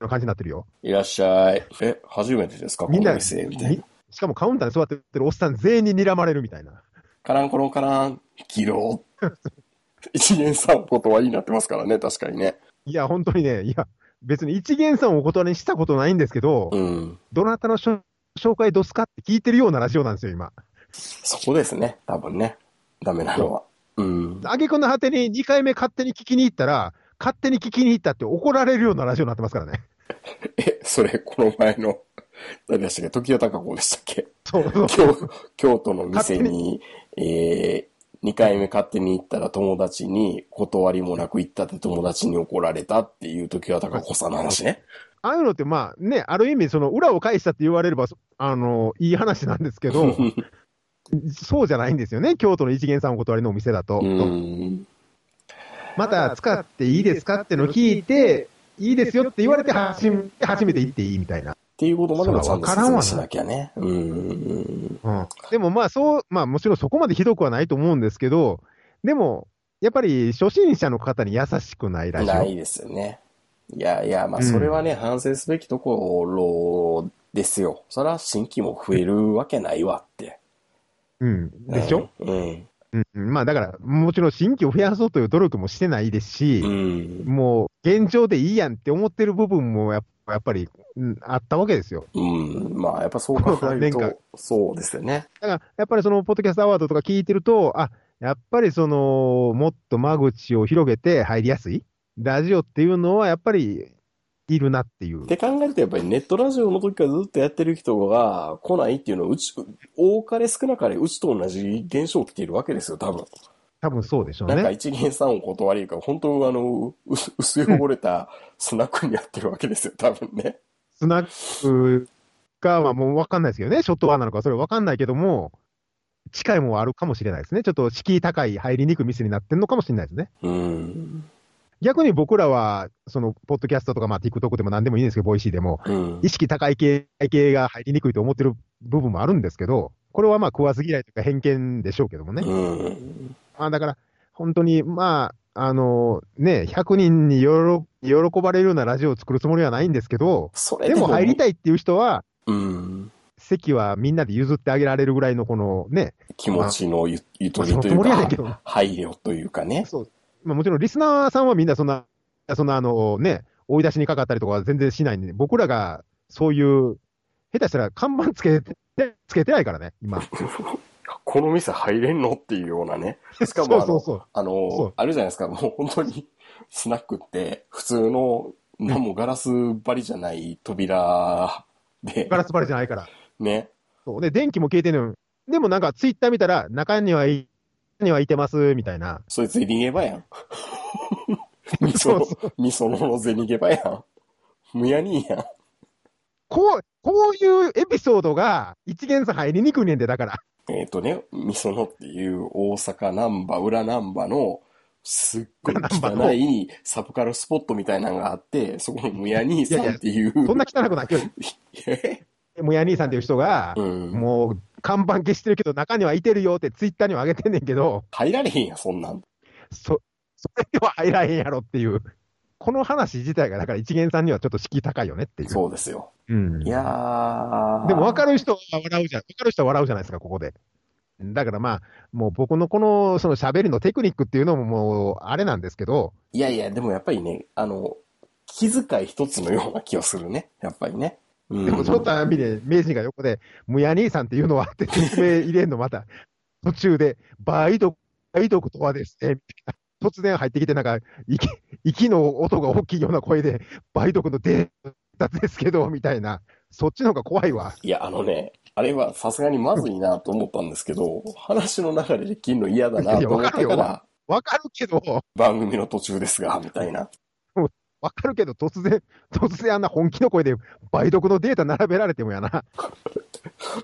の感じになってるよ。
いらっしゃい。え、初めてですかこ
みん
の
な
店みたいな。
しかもカウンターに座ってるおっさん全員に睨まれるみたいな。
カランコロンカラン、ギロー。 一元さんお断りになってますからね、確かにね。
いや、本当にね、いや、別に一元さんをお断りしたことないんですけど、
うん。
どなたのしょ紹介どすかって聞いてるようなラジオなんですよ、今。
そこですね、多分ね。ダメなのは。うん。
挙句の果てに2回目勝手に聞きに行ったら、勝手に聞きに行ったって怒られるようなラジオになってますからね。
え、それ、この前の、 誰でしたっけ時代高子でしたっけ
そうそう。
京京都の店に、えー、2回目勝手に行ったら友達に断りもなく行ったって友達に怒られたっていう時は高子さんの話ね。
ああいうのってまあね、ある意味その裏を返したって言われれば、そあの、いい話なんですけど、そうじゃないんですよね。京都の一元さんお断りのお店だと。
うん。
また使っていいですかってのを聞いて、いいですよって言われて初めて初めて行っていいみたいな。
っていうことまでもち
そ
ゃ
ら
んと
わから
説
んわ
明
な
しなきゃね。うん。
うん、でもまあそう、まあもちろんそこまでひどくはないと思うんですけど、でも、やっぱり初心者の方に優しくないらしい。
ないですよね。いやいや、まあ、それはね、反省すべきところですよ。そら、新規も増えるわけないわって。
うん。でしょ、
うん。
うん、まあだから、もちろん新規を増やそうという努力もしてないですし、
うん。
もう現状でいいやんって思ってる部分もやっぱやっぱり、うんあったわけですよ。
うん。まあ、やっぱそう考える
この年
と、そうですよね。
だからやっぱりそのポッドキャストアワードとか聞いてると、あやっぱりそのもっと間口を広げて入りやすいラジオっていうのはやっぱりいるなっていう
っ。て考えると、やっぱりネットラジオの時からずっとやってる人が来ないっていうのは、うち、多かれ少なかれ、うちと同じ現象起きているわけですよ、多分。
多分そうでしょう
なんか
ね。
一元さんお断りか、本当あの、う薄汚れたスナックにやってるわけですよ、多分ね。
スナックがまあもう分かんないですけどね、ショットワンなのかそれ分かんないけども、近いもんはあるかもしれないですね。ちょっと敷居高い、入りにくい店になってんのかもしれないですね。
うん。
逆に僕らは、その、ポッドキャストとか、まあ、TikTok でも何でもいいんですけど、ボイシーでも、
うん
意。識高い系系が入りにくいと思ってる部分もあるんですけど、これはまあ、食わず嫌いというか偏見でしょうけどもね。
うん。
まあ、だから、本当に、まあ、あのね、100人によろ喜ばれるようなラジオを作るつもりはないんですけど、
それ
でも入り
い。
たいっていう人は、
うん。
席はみんなで譲ってあげられるぐらいのこのね、
気持ちのゆゆと
まあ、そ
り
の
と
つ
いう
もりやねん
か
け、ど、
配慮というかね。
そう。まあ、もちろん、リスナーさんはみんなそんな、そんな、あの、ね、追い出しにかかったりとかは全然しないんで、僕らが、そういう、下手したら看板つけて、つけてないからね、今。
この店入れんのっていうようなね。しか
そ
も
う
あ
そう
の、
そう。
あ
そ
の
う、
あるじゃないですか、もう本当に、スナックって、普通の、何もガラス張りじゃない扉で
ガ、ラス張りじゃないから。
ね。
そう。で、電気も消えてるのにでもなんか、ツイッター見たら、中にはい、中にはいてます、みたいな。
そいつ逃げ場 やん。みその
そ、
みそのの銭逃げ場やん。むやにやん。
こう、こういうエピソードが、一元さん入りにくいねんで、だから。
えっ、とね、みそのっていう大阪難波、裏難波の、すっごい汚いサブカルスポットみたいなのがあって、そこのむや兄さんっていう。
そんな汚 くないよ。もや兄さんっていう人が、
うん。
もう、看板消してるけど、中にはいてるよって、ツイッターには上げてんねんけど、
入られへんやん、そんなん。
そ、 それでは入らへんやろっていう。この話自体が、だから一元さんにはちょっと敷居高いよねっていう。
そうですよ。
うん。
いやー。
でも分かる人は笑うじゃん。分かる人は笑うじゃないですか、ここで。だからまあ、もう僕のこの、その喋りのテクニックっていうのももう、あれなんですけど、
いやいや、でもやっぱりね、あの、気遣い一つのような気がするね。やっぱりね。うん。
でもそのたんびに名人が横で、むや兄さんっていうのはって説明入れんのまた、 途中で、梅毒、梅毒とはですね、みたいな突然入ってきて、なんか、息、息の音が大きいような声で、梅毒のデータですけど、みたいな、そっちの方が怖いわ。
いや、あのね、あれはさすがにまずいなと思ったんですけど、話の流れで切るの嫌だなと思った
い
か
や
ら
わかるよ、わかるけど、
番組の途中ですが、みたいな。
わかるけど、突然、突然あんな本気の声で、梅毒のデータ並べられてもやな。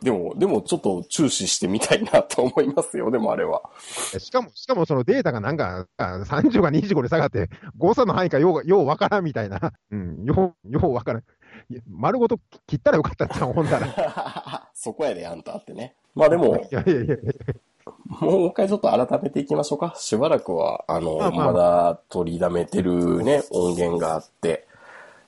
でも、でもちょっと注視してみたいなと思いますよ、でもあれは。
しかも、しかもそのデータがなんか、30が25に下がって、誤差の範囲かよう、ようわからんみたいな。うん、よう、ようわからん。いや丸ごと切ったらよかったじゃん、ほんだら。い
そこやで、あんたってね。まあでも、
やいやいや、
もう一回ちょっと改めていきましょうか。しばらくは、あの、
まあま
ま
あ
だ取りだめてるね、音源があって、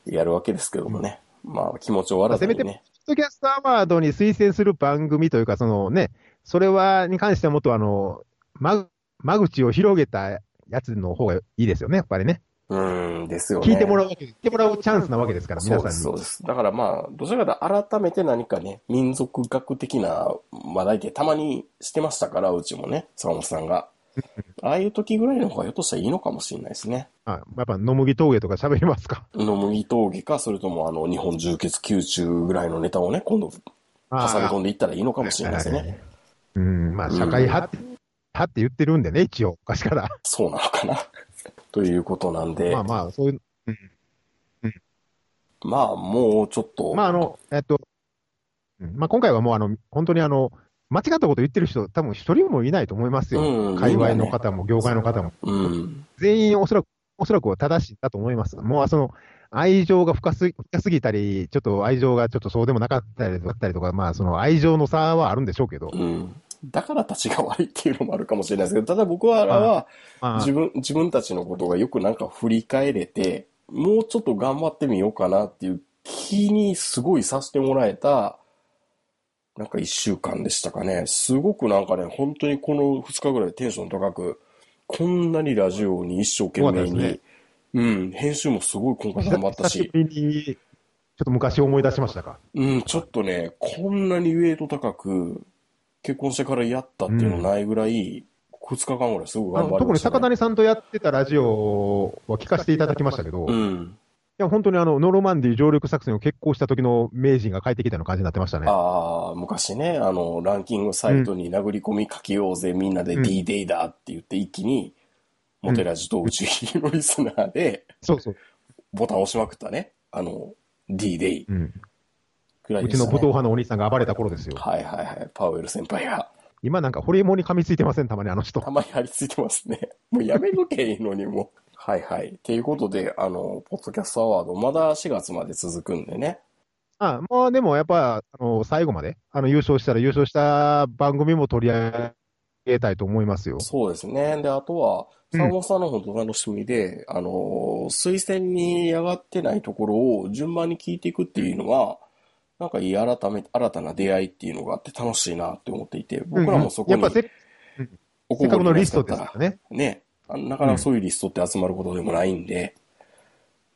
やるわけですけどもね。まあ、気持ちを新たに
せめ
ね。
ポッドキャストアワードに推薦する番組というか、そのね、それは、に関してはもっとあの、ま、間口を広げたやつの方がいいですよね、やっぱりね。
うーん、ですよね。
聞いてもらうわけ、聞いてもらうチャンスなわけですから、皆
そう
さ
です、
ん
そ
に。
うです。だからまあ、どちらかというと改めて何かね、民族学的な話題ってたまにしてましたから、うちもね、坂本さん が。ああいう時ぐらいの方がひょっとしたらいいのかもしれないですね。
あやっぱ、野麦峠とか喋りますか。
野麦峠か、それともあの、日本充血宮中ぐらいのネタをね、今度
あ
挟み込
ー
んでいったらいいのかもしれないです
はいは
ね。
うん、まあ、社会派って、派って言ってるんでね、一応、昔から。
そうなのかな。 ということなんで、
まあ
ま
まあ、そういう、
あ、もうちょっと、
まああの、えっと、うんまあ今回はもうあの、本当にあの、間違ったこと言ってる人、多分一人もいないと思いますよ。
うん
界隈の方も業界の方も。
うん。
全員おそらく、おそらく正しいんだと思います。もうその、愛情が深すぎ深すぎたり、ちょっと愛情がちょっとそうでもなかったりだったりとか、まあ、その愛情の差はあるんでしょうけど、
うん。だから立ちが悪いっていうのもあるかもしれないですけど、ただ僕は、は
まあ
自、分、自分たちのことがよくなんか振り返れて、もうちょっと頑張ってみようかなっていう気にすごいさせてもらえた、なんか一週間でしたかね。すごくなんかね、本当にこの二日ぐらいテンション高く、こんなにラジオに一生懸命
そ
に、
うだね
うん、編集もすごい今回頑張った
久し
し、
ぶりに、ちょっと昔思い出しましたか。
うん、ちょっとね、こんなにウェイト高く、結婚してからやったっていうのないぐらい、二日間ぐらいすごい
あ
頑張り
の特
ま
に
した、ね。
坂谷さんとやってたラジオは聞かせていただきましたけど、
う
い
ん。
や、本当にあの、ノロマンディー上陸作戦を決行した時の名人が帰ってきたような感じになってましたね。
ああ、昔ね、あの、ランキングサイトに殴り込みかけようぜ、みんなで
うん
D デイだって言って、一気に、モテラジと宇宙ヒーローリスナーで、
そうそう。
ボタン押しまくったね。あの、D デイ
うん。
くらいうで
ち
し
の
た
武闘
ね。
派のお兄さんが暴れた頃ですよ。
はいはいはい。パウエル先輩が、
今なんか、ホリエモンに噛みついてません、たまにあの人
た。まに張り付いてますね。もうやめとけいいのにもう。はいはい。っていうことで、あの、ポッドキャストアワード、まだ4月まで続くんでね。
あまあでもやっぱ、あの、最後まで、あの、優勝したら優勝した番組も取り上げたいと思いますよ。
そうですね。で、あとは、
うん
坂本さんの方と楽しみで、あの、推薦に上がってないところを順番に聞いていくっていうのは、なんかいい改め、新たな出会いっていうのがあって楽しいなって思っていて、僕らもそこ
うん
に
やっぱせっ
おこ
せっか
ぼれ
くの
が
リ
な
ス
か
ト
っ
で
た
す
ら
からね。
ね、あなかなかそういうリストって集まることでもないんで、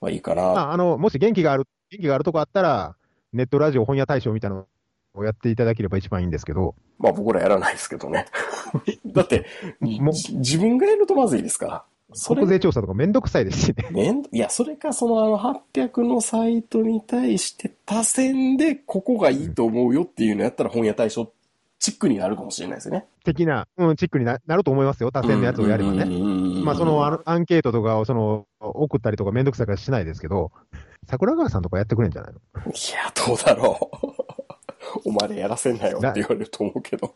まあいいか
ま
な。
あ、あの、もし元気がある、元気があるとこあったら、ネットラジオ本屋大賞みたいなのをやっていただければ一番いいんですけど、
まあ僕らやらないですけど ね。だって、
も
じ自分がやるとまずいですから。それ
国税調査とかめんどくさいですしね。
めん、いや、それか、そのあの、800のサイトに対して、多選で、ここがいいと思うよっていうのやったら、本屋対象チックになるかもしれないですね。
的な、うん、チックにななると思いますよ。多選のやつをやればね。
ね
まあ、そのあのアンケートとかをその送ったりとかめんどくさいからしないですけど、 桜川さんとかやってくれんじゃないの
いや、どうだろう。 お前らやらせんなよって言われると思うけど。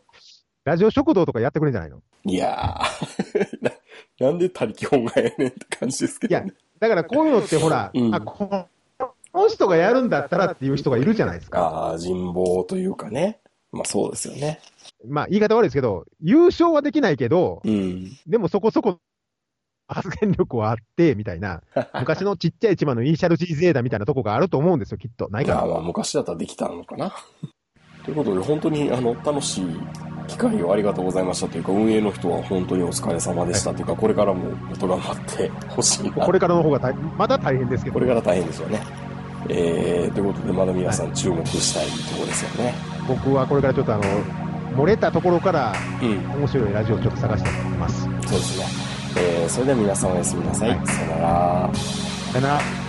ラジオ食堂とかやってくれんじゃないの
いやー な、なんで他力本願やねんって感じですけど、ね。
いだからこういうのってほら、
うん
あこのこの人がやるんだったらっていう人がいるじゃないですか。
ああ、人望というかね。まあ、そうですよね。
まあ言い方悪いですけど、優勝はできないけど、
うん。
でもそこそこ発言力はあって、みたい な、昔のちっちゃい一番のイニシャル G ゼーダみたいなとこがあると思うんですよ、きっと。ないか
まあ
な。
まあ昔だったらできたのかな。 ということで、本当にあの楽しい機会をありがとうございましたというか、運営の人は本当にお疲れ様でしたというか、これからももっと頑張って ほしいな。
これからの方が大まだ大変ですけど、
これから大変ですよね。えー、ということで、まだ皆さん注目したいところですよね。
僕はこれからちょっとあの、漏れたところから
うん、
面白いラジオをちょっと探したいと思います。
そうですね。えー、それでは皆さんおやすみなさい。
はい
さよなら。
さよなら。